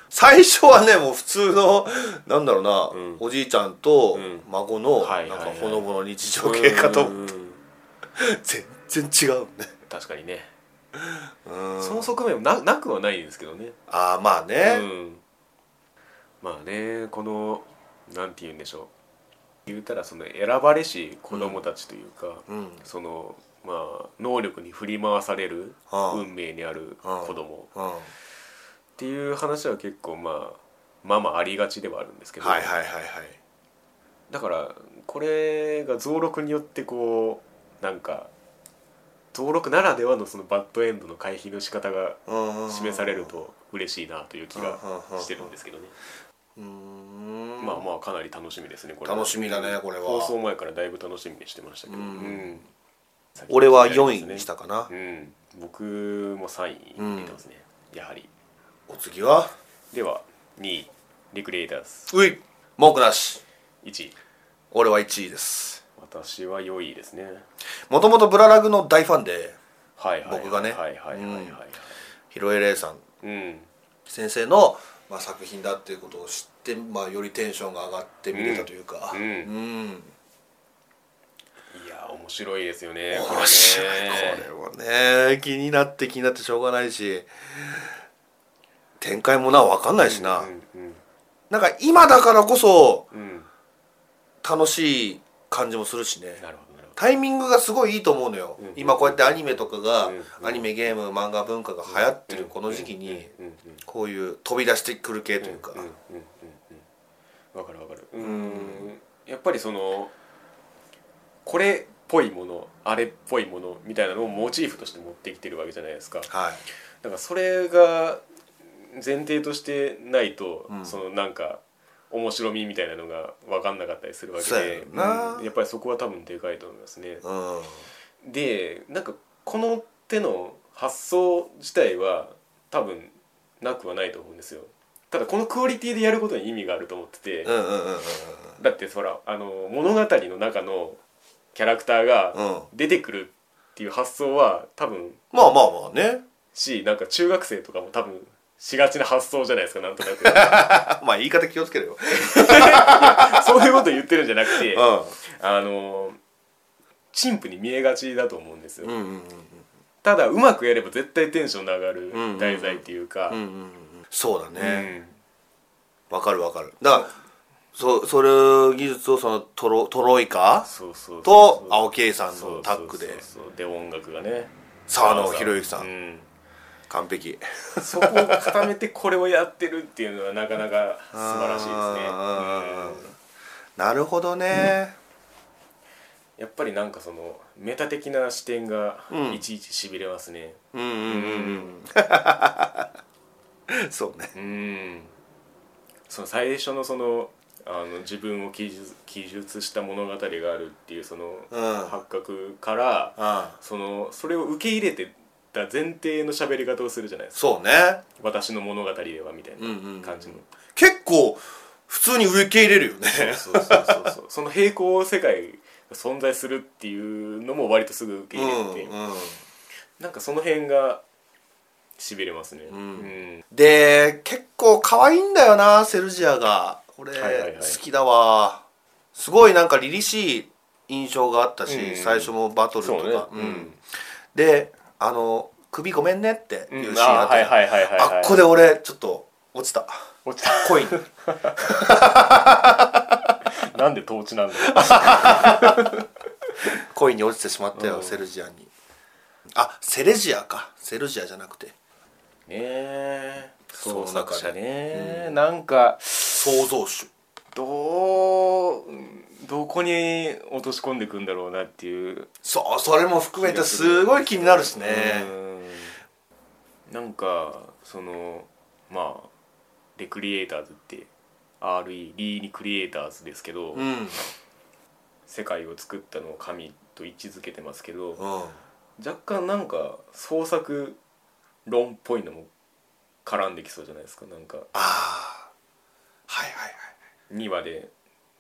B: 最初はねもう普通のなんだろうな、
A: うん
B: おじいちゃんと
A: うん
B: 孫の
A: は
B: なん
A: いはい
B: か
A: はい
B: ほのぼの日常系かと、
A: うん
B: 全然違うね、
A: 確かにね
B: うん、
A: その側面もななくはないですけどね
B: ああまあね、
A: うんまあねこのなんて言うんでしょう言うたらその選ばれし子供たちというか、
B: うん
A: そのまあ能力に振り回される
B: ああ
A: 運命にある子供
B: うんは
A: っていう話は結構まあまあまあありがちではあるんですけ
B: い
A: ど、
B: はいはいはい
A: だからこれが増録によってこうなんか増録ならではのそのバッドエンドの回避の仕方が
B: うんうんうん
A: 示されると嬉しいなという気がしてるんですけどね、
B: うーん
A: まあまあかなり楽しみですねこれ
B: 楽しみだねこれは
A: 放送前からだいぶ楽しみにしてましたけど、
B: うん
A: うん
B: 俺は4位にしたかな、
A: うん僕も3位に入れてますね、やはり
B: お次は
A: では2位リクリエイターズ
B: うい文句なし
A: 1位
B: 俺は1位です
A: 私は4位ですね
B: もともとブララグの大ファンで
A: はいはいはい
B: 僕がね
A: はいはいはいはいはい
B: 広江玲さん
A: うん、
B: 先生の、まあ、作品だっていうことを知って、まあ、よりテンションが上がって見れたというか
A: うんうん
B: ん
A: いや面白いですよねこれね
B: 面白いこれはね気になって気になってしょうがないし展開もな分かんないしな、
A: うんうん
B: なんか今だからこそ
A: うん
B: 楽しい感じもするしね
A: なるほどなるほ
B: タイミングがすごいいいと思うのよ、
A: うんうん
B: 今こうやってアニメとかが、
A: うんうん
B: アニメゲーム漫画文化が流行ってるこの時期に、
A: どうんうん
B: こういう飛び出してくる系というか、
A: うんうんうんわかるわかるうーんやっぱりそのこれっぽいものあれっぽいものみたいなのをモチーフとして持ってきてるわけじゃないですかだ
B: はい
A: からそれが前提としてないと、
B: うん
A: そのなんか面白みみたいなのが分かんなかったりするわけ
B: そうや
A: で
B: ろな
A: うんやっぱりそこは多分でかいと思いますね
B: うん
A: でなんかこの手の発想自体は多分なくはないと思うんですよただこのクオリティでやることに意味があると思ってて、
B: うんうんうんうん
A: だってほらあの物語の中のキャラクターが
B: うん
A: 出てくるっていう発想は多分
B: まあまあまあね
A: しなんか中学生とかも多分しがちな発想じゃないですかなんとなく
B: まあ言い方気をつけるよ、
A: そういうこと言ってるんじゃなくて
B: う
A: あの陳腐に見えがちだと思うんですよ
B: ん、うんうんうん
A: ただうまくやれば絶対テンションの上がる題材っていうか、
B: うんうんうんそうだ
A: う
B: ね
A: ん
B: わ、かるわかるだからそそれ技術をそのトロトロイカ
A: そうそうそう
B: と青木さんのタッグで
A: そうそうそうで音楽がね
B: 沢野博之さん、
A: うん
B: 完璧
A: そこを固めてこれをやってるっていうのはなかなか素晴らしい
B: あ
A: ですね
B: ーなるほどね、
A: うんやっぱりなんかそのメタ的な視点が
B: うん
A: いちいちしびれますね
B: うん、うんうんうんそうね
A: うんその最初のそのあの自分を記述記述した物語があるっていうその
B: うん
A: 発覚から
B: あ
A: そのそれを受け入れてた前提の喋り方をするじゃないですか
B: そうね
A: 私の物語ではみたい
B: うんうんうん
A: な感じの
B: 結構普通に受け入れるよね
A: そうそうそうそう その平行世界が存在するっていうのも割とすぐ受け
B: うん
A: 入れて、
B: うん
A: なんかその辺がしびれますね、うんん
B: で結構可愛いんだよなセルジアが俺、
A: はいはいはい
B: 好きだわすごいなんか凛々しい印象があったし、
A: うん
B: 最初もバトルと
A: そうね
B: か、
A: うん
B: うんであの「首ごめんね」って
A: うん
B: いうシーンあ
A: あ
B: っ
A: はい
B: た
A: はいはいはい、はい、
B: あっこで俺ちょっと落ちた
A: 落ちた
B: 恋に
A: なんで統治なんだよ
B: 恋に落ちてしまったよ、
A: うん
B: セルジアにあセレジアかセルジアじゃなくて
A: ねえ
B: そう
A: 創作者ね、
B: う
A: なんか
B: 創造主
A: どうどこに落とし込んでいくんだろうなっていう
B: そうそれも含めてすごい気になるしね
A: うんなんかそのまあレクリエイターズって RE リーにクリエイターズですけど、
B: うんうん
A: 世界を作ったのを神と位置づけてますけど若干なんか創作論っぽいのも絡んできそうじゃないですかなんか
B: ああはいはいはい
A: 2話で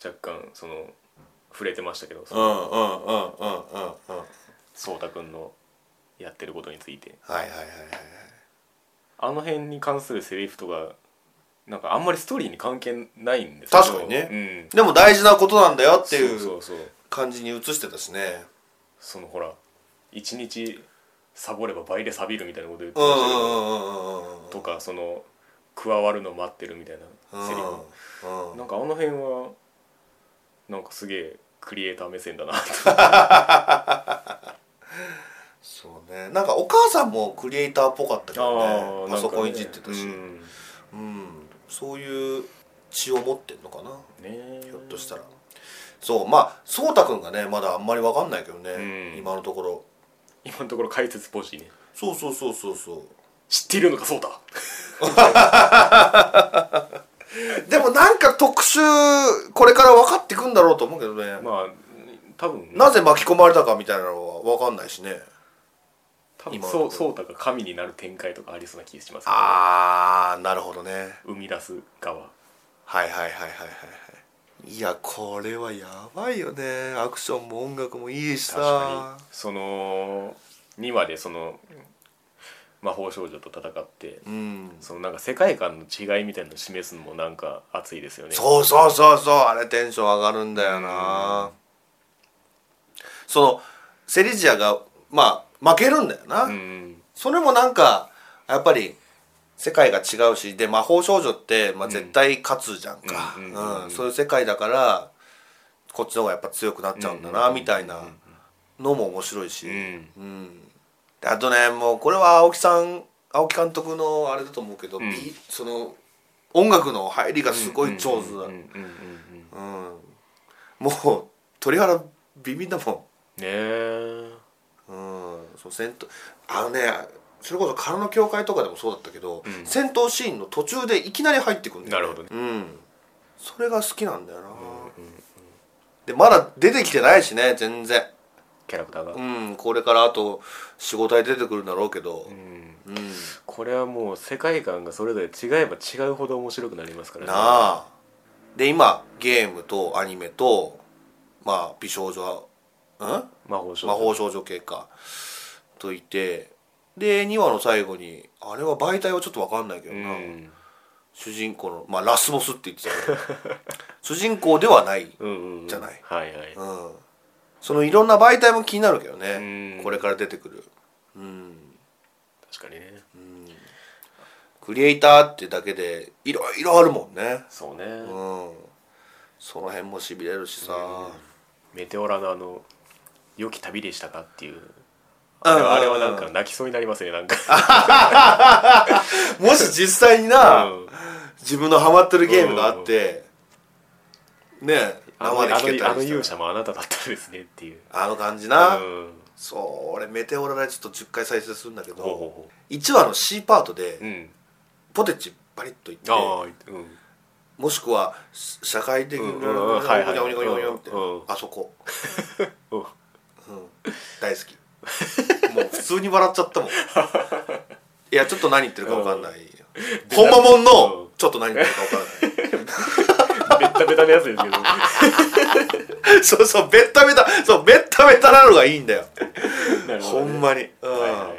A: 若干その触れてましたけど
B: うんうんうんうんうんうん
A: 颯太君のやってることについて
B: はいはいはいはい
A: あの辺に関するセリフとかなんかあんまりストーリーに関係ないんです
B: 確かに
A: うん
B: ね、でも大事なことなんだよってい
A: そううそうそう
B: 感じに映してたしね
A: そのほら一日サボれば倍で錆びるみたいなこと言って
B: うんう
A: ま
B: ん
A: したけど、
B: うんうんうん
A: とかその加わるの待ってるみたいなセリフ、
B: うんうん
A: なんかあの辺はなんかすげえクリエイター目線だなと
B: そうねなんかお母さんもクリエイターっぽかったけどね
A: ーな
B: パ
A: んかね
B: ソコンいじってたし
A: うんね
B: うんそういう血を持ってんのかな
A: え
B: ひょっとしたらそうまあ颯太君がねまだあんまり分かんないけど
A: う
B: ね
A: ん
B: 今のところ
A: 今のところ解説ポジね
B: そうそうそうそうそう
A: 知っているのかそうだ
B: でもなんか特集これから分かってくんだろうと思うけどね、
A: まあ多分
B: なぜ巻き込まれたかみたいなのは分かんないしね
A: 多分
B: 今
A: そうそうたが神になる展開とかありそうな気がしますけどね
B: ああなるほどね
A: 生み出す側
B: はいはいはいはいはいはいいやこれはやばいよねアクションも音楽もいいし
A: 確か
B: さ
A: にその2話でその魔法少女と戦って
B: うん
A: そのなんか世界観の違いみたいなのを示すのもなんか熱いですよね
B: そうそうそうそうあれテンション上がるんだよな、そのセリジアがまあ負けるんだよな、
A: うん
B: それもなんかやっぱり世界が違うしで魔法少女って、まあ、絶対勝つじゃんか、
A: う
B: うんん
A: うんうんうん
B: そういう世界だからこっちの方がやっぱ強くなっちゃうんだなみたいなのも面白いし、
A: うん
B: うんであとねもうこれは青木さん青木監督のあれだと思うけど、ビその音楽の入りがすごい上手だ
A: うんうんうんうんね
B: うんもう鳥肌ビビんだも
A: え
B: ん、うん、その戦闘あのねそれこそ空の教会とかでもそうだったけど、
A: うん
B: 戦闘シーンの途中でいきなり入ってくるんだよ、ね、
A: なるほどね
B: うんそれが好きなんだよな、でまだ出てきてないしね全然
A: キャラクターが、
B: うんこれからあと45体出てくるんだろうけど
A: うん
B: うん、
A: これはもう世界観がそれぞれ違えば違うほど面白くなりますから
B: なあで今ゲームとアニメとまあ美少女うん
A: 魔法少
B: 魔法少女系かといてで2話の最後にあれは媒体はちょっと分かんないけど
A: う
B: な、
A: ん
B: 主人公のまあラスボスって言ってたけど 主人公ではない、
A: うんうんうん
B: じゃない
A: はいはい
B: うん、そのいろんな媒体も気になるけどね、
A: うん
B: これから出てくる、うん、
A: 確かにね
B: クリエイターってだけでいろいろあるもんね、
A: そうね
B: うん、その辺もしびれるしさ、
A: メテオラのあの「良き旅でしたか?」っていうあれはあれはなんか泣きそうになりますねなんか
B: もし実際にな、
A: うん
B: 自分のハマってるゲームがあって、ねえ
A: あのあ
B: 生で
A: の
B: 聴けたりしたら
A: あの勇者もあなただったんですねっていう
B: あの感じな、
A: うん
B: そう俺メテオラライちょっと10回再生するんだけ
A: ほうほう
B: ど
A: ほ
B: 1話の C パート
A: うう
B: で
A: ん
B: ポテチバリッといって
A: ああうん
B: もしくは社会的に
A: うん
B: ゴ
A: うん
B: ニ
A: うんはいはい
B: ョゴニョゴニョゴニョって
A: うん
B: あそこ
A: うん
B: 大好きもう普通に笑っちゃった もんいやちょっと何言ってるか分かんない本間もん
A: う
B: の
A: ん
B: ちょっと何言ってるか分かんない
A: ベッタベタなやつですけど
B: そうそうベッタベタそうベッタベタなのがいいんだよ
A: なるほ
B: ほ
A: どね
B: んまにうん
A: はいはいはい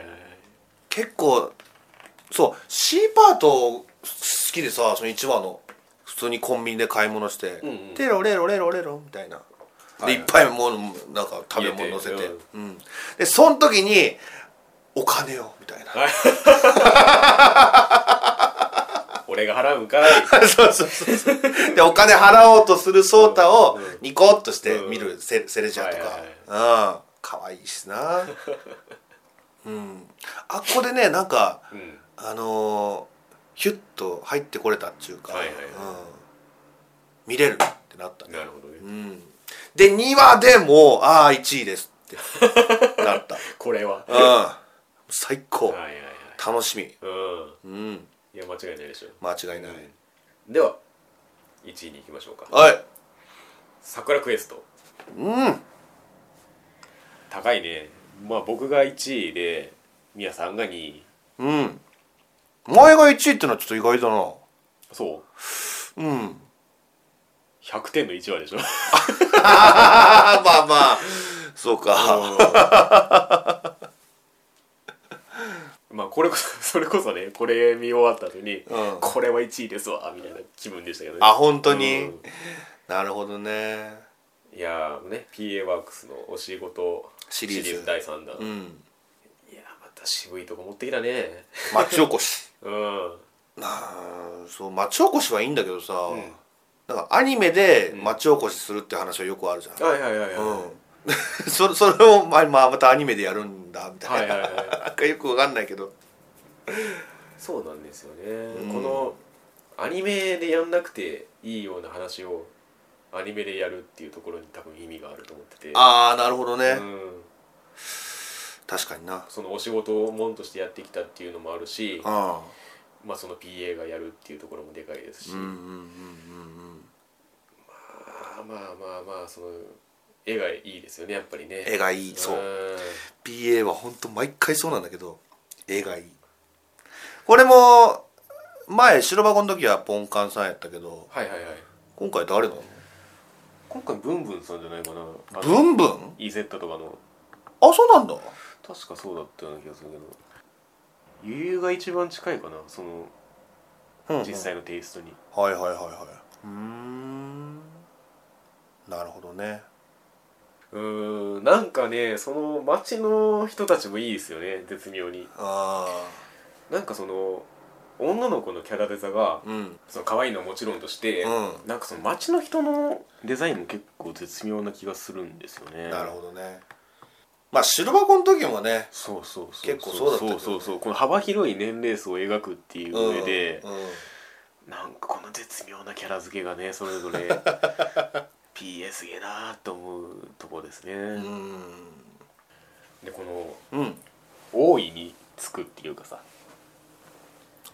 B: 結構そう C パート好きでさその1話の普通にコンビニで買い物して
A: んう
B: 「
A: ん
B: テロレロレロレロ」みたいなで
A: はい
B: いっぱいものなんか食べ物乗せ
A: 入
B: て
A: れて
B: うんでその時に「お金を」みたいな
A: 俺が払うんかい
B: そうそうそうそうでお金払おうとする颯太をニコッとして見るセセレジャーと
A: はいはい
B: かうん可愛いしなうんあっこでねなんか
A: うん
B: あのーヒュッと入ってこれたっていうか、
A: はいはいはい
B: うん、見れるってなったね、
A: なるほど
B: う
A: ね
B: ん、で2話でもうああ1位です ってなった、
A: これはは
B: うん、最高、
A: いはいはい
B: 楽しみ、
A: うん
B: うん、
A: いや間違いないでしょ
B: 間違いない、
A: では1位に行きましょうか
B: はい
A: 桜クエスト
B: うん
A: 高いねまあ僕が1位でミヤさんが2位
B: うん前が1位ってのはちょっと意外だな
A: そう
B: うん
A: 100点の1話でしょ
B: ああまあまあそうか
A: まあこれこそそれこそねこれ見終わった後に、
B: うん
A: これは1位ですわみたいな気分でしたけどね
B: あ本当に、
A: うん
B: なるほどね
A: いやーね PA ワークスのお仕事
B: シリーズ
A: 第3弾、
B: う
A: い
B: ん
A: やーまた渋いとこ持ってきたね
B: 町おこし
A: うん
B: なあそう町おこしはいいんだけどさ、
A: ん
B: なんかアニメで町おこしするって話はよくあるじゃん、
A: はいはいはいはい、
B: うん そそれを、まあまあ、またアニメでやるんだみた
A: は
B: いな、
A: いはいはい
B: なんかよくわかんないけど
A: そうなんですよね、
B: ん
A: このアニメでやんなくていいような話をアニメでやるっていうところに多分意味があると思ってて
B: ああなるほどね、
A: うん、
B: 確かにな
A: そのお仕事をもんとしてやってきたっていうのもあるし、
B: あ
A: まあ、その PA がやるっていうところもでかいですし、
B: うんうんうんうんうん
A: あーまあまあまあその絵がいいですよねやっぱりね
B: 絵がいいそうん PA は本当毎回そうなんだけど絵がいいこれも前白箱の時はポンカンさんやったけど
A: はいはいはい
B: 今回誰なの
A: 今回ブンブンさんじゃないかなあの
B: ブンブン
A: EZ とかの
B: あそうなんだ
A: 確かそうだったような気がするけど余裕が一番近いかなその
B: うんうん
A: 実際のテイストに、
B: はいはいはいはいうーんなるほどね
A: うーんなんかねその町の人たちもいいですよね絶妙に
B: あ
A: なんかその女の子のキャラデザが
B: うん
A: その可愛いのはもちろんとして、
B: う
A: なんかその街の人のデザインも結構絶妙な気がするんですよね
B: なるほどねまあ白箱の時もね
A: そうそうそう
B: 結構そうだったけど
A: そうそうそうこの幅広い年齢層を描くっていう上で、
B: うんうん
A: なんかこの絶妙なキャラ付けがねそれぞ れ PS げなーと思うとこですね、でこの
B: うんうん
A: 大いにつくっていうかさ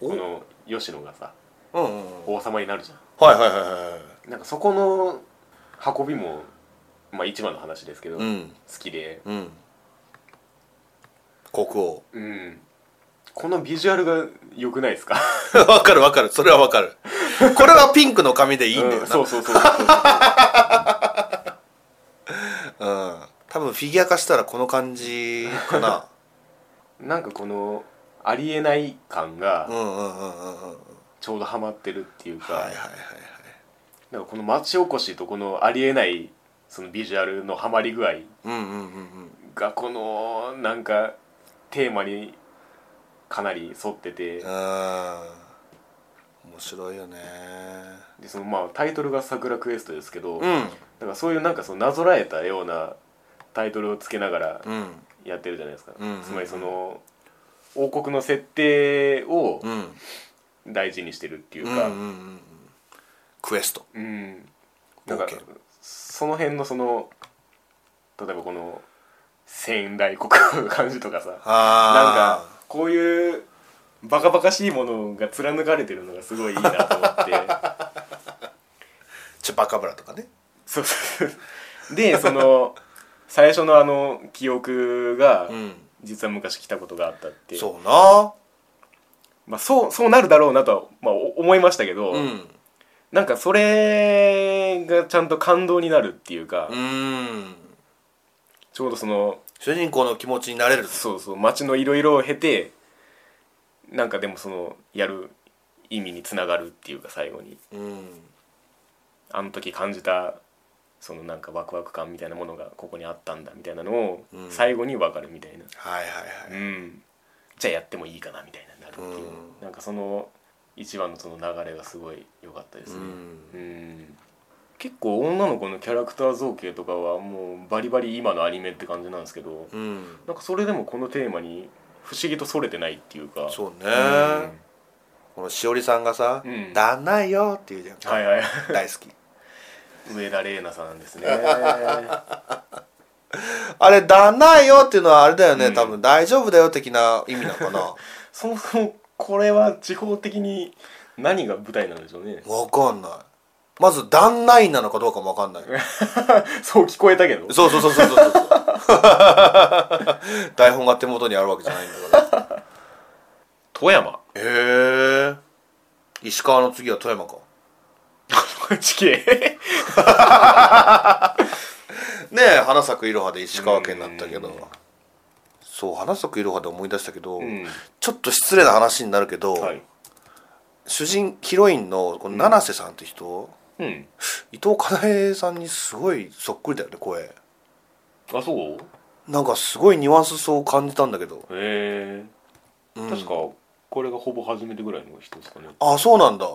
B: お
A: この吉野がさ
B: うんうんうん
A: 王様になるじゃ
B: はいはいはいはいはい
A: んなんかそこの運びもまあ一番の話ですけど、
B: う
A: 好
B: ん
A: きで
B: うん国王
A: うんこのビジュアルが良くないですか
B: わかるわかるそれはわかるこれはピンクの髪でいいんだよ
A: うん
B: な、
A: そうそうそうそうそう
B: うん多分フィギュア化したらこの感じか な
A: なんかこのありえない感
B: う
A: が
B: んうんうんうんうん
A: ちょうどハマってるっていうか、
B: はいはいはいはい
A: なんかこの町おこしとこのありえないそのビジュアルのハマり具合
B: うんうんうんうん
A: がこのなんかテーマにかなり沿ってて、
B: あー面白いよね
A: でそのまあタイトルが「桜クエスト」ですけど、
B: う
A: だ
B: ん
A: からそういうなんかそのなぞらえたようなタイトルをつけながら
B: うん
A: やってるじゃないですか、
B: うんうんうん
A: つまりその王国の設定を
B: うん
A: 大事にしてるっていう
B: うんう
A: か、
B: んうんうんクエスト
A: うん、なんか
B: 冒険
A: その辺のその例えばこの仙台国の感じとかさなんか
B: あ
A: こういうバカバカしいものが貫かれてるのがすごいいいなと思って
B: あチュパカブラとかね
A: そうそうそうでその最初のあの記憶が、
B: うん
A: 実は昔来たことがあったって
B: そうな
A: まあ、そうそうなるだろうなとは、まあ、お思いましたけど、
B: うん
A: なんかそれがちゃんと感動になるっていうか、
B: うん
A: ちょうどその
B: 主人公の気持ちになれる
A: そうそう街のいろいろを経てなんかでもそのやる意味につながるっていうか最後に
B: うん
A: あの時感じたそのなんかワクワク感みたいなものがここにあったんだみたいなのを
B: うん
A: 最後に分かるみたいな、
B: はいは
A: う
B: いはい
A: んじゃあやってもいいかなみたいななるっていう、
B: うん
A: なんかその一番のその流れがすごい良かったですね、うん結構女の子のキャラクター造形とかはもうバリバリ今のアニメって感じなんですけど、
B: うん
A: なんかそれでもこのテーマに不思議とそれてないっていうか
B: そうね
A: うん
B: このしおりさんがさ
A: うん
B: 「旦那よ」って言うじゃんか
A: はいはい
B: 大好き
A: 上田玲奈さん ですね
B: あれ「旦那よ」っていうのはあれだよね、
A: うん
B: 多分「大丈夫だよ」的な意味なの かな
A: そもそもこれは地方的に何が舞台なんでしょうね
B: わかんないまず「旦那院」なのかどうかもわ かんない
A: そう聞こえたけど
B: そうそうそうそうそうそう 台本が手元にあるわけじゃないんだから
A: 富山
B: へえ石川の次は富山か
A: 地形
B: ねえ花咲くいろはで石川県だったけ
A: うん
B: どそう花咲くいろはで思い出したけど、
A: うん
B: ちょっと失礼な話になるけど、
A: はい
B: 主人ヒロインのこの七瀬さんって人、
A: うん
B: 伊藤かなえさんにすごいそっくりだよね声
A: あそう
B: なんかすごいニュアンスそう感じたんだけど、
A: へえ
B: うん
A: 確かこれがほぼ初めてぐらいの人ですかね
B: あそうなんだ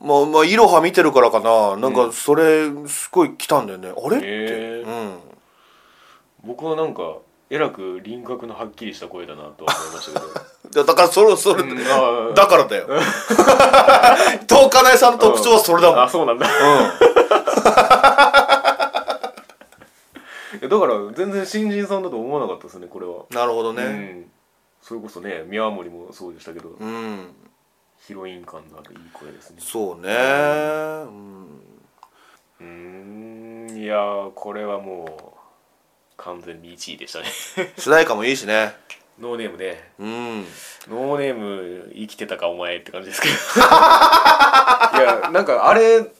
B: まあまあ「いろは」見てるからかななんかそれすごい来たんだよね、あれって、
A: へえ
B: うん
A: 僕はなんかえらく輪郭のはっきりした声だなとは思いましたけ ど
B: だだからそろそろ、
A: うんあー
B: だからだよ伊藤かなえさんの特徴はそれだもん、
A: あそうなんだ
B: う
A: いやだから全然新人さんだと思わなかったですねこれは
B: ん、なるほど
A: う
B: ね
A: ん、それこそね宮森もそうでしたけど、
B: うん、
A: ヒロイン感のあるいい声ですね
B: そうねうん
A: うーんいやーこれはもう完全に1位でしたね
B: 主題歌もいいしね
A: ノーネームね
B: うん
A: ノーネーム生きてたかお前って感じですけ どいやなんかあれ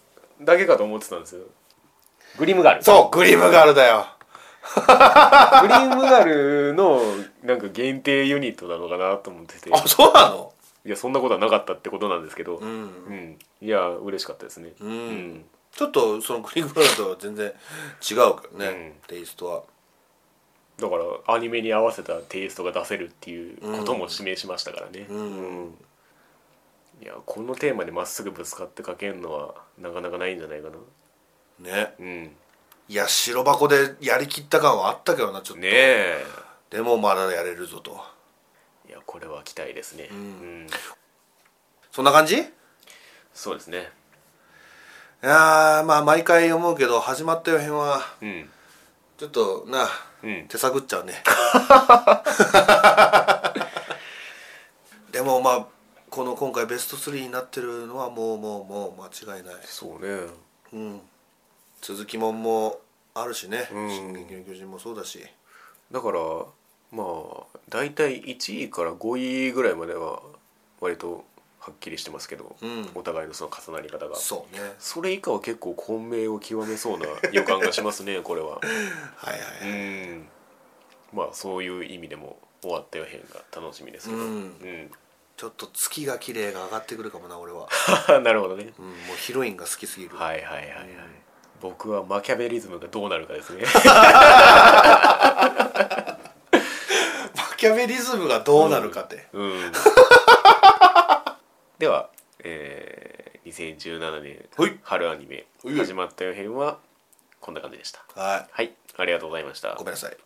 A: だけかと思ってたんですよグリムガル
B: そうグリムガールだよ
A: グリムガルのなんか限定ユニットなのかなと思ってて
B: あそうなの
A: いやそんなことはなかったってことなんですけど、
B: うん
A: うん、いや嬉しかったですね。
B: うんちょっとそのクリックブランドは全然違うけどね、
A: うん
B: テイストは
A: だからアニメに合わせたテイストが出せるっていうことも示しましたからね。
B: ん
A: うんいやこのテーマでまっすぐぶつかって書けるのはなかなかないんじゃないかな
B: ね
A: うんね
B: いや白箱でやりきった感はあったけどなちょっと、
A: え
B: でもまだやれるぞと
A: いやこれは期待ですねうん、
B: そんな感じい
A: そうですね
B: やーまあ毎回思うけど始まった予編は
A: うん
B: ちょっとな
A: うん
B: 手探っちゃう ねでもまあこの今回ベスト3になってるのはもうもうもう間違いない
A: そうね
B: うん続きもんもあるしね「
A: うん
B: 進撃の巨人」もそうだし
A: だからまあ大体1位から5位ぐらいまでは割とはっきりしてますけど、
B: うん
A: お互いのその重なり方が
B: そうね
A: それ以下は結構混迷を極めそうな予感がします ねこれは
B: はいは
A: う
B: い、
A: んまあそういう意味でも終わった予編が楽しみですけど
B: うん
A: うん
B: ちょっと月が綺麗が上がってくるかもな俺は、
A: なるほどね
B: うん、もうヒロインが好きすぎる、
A: はいはいはいはい僕はマキャベリズムがどうなるかですね
B: マキャベリズムがどうなるかって、
A: うんでは、えー、2017年
B: はい
A: 春アニメ
B: はいはい
A: 始まった予編はこんな感じでした
B: はい
A: はいありがとうございました
B: ごめんなさい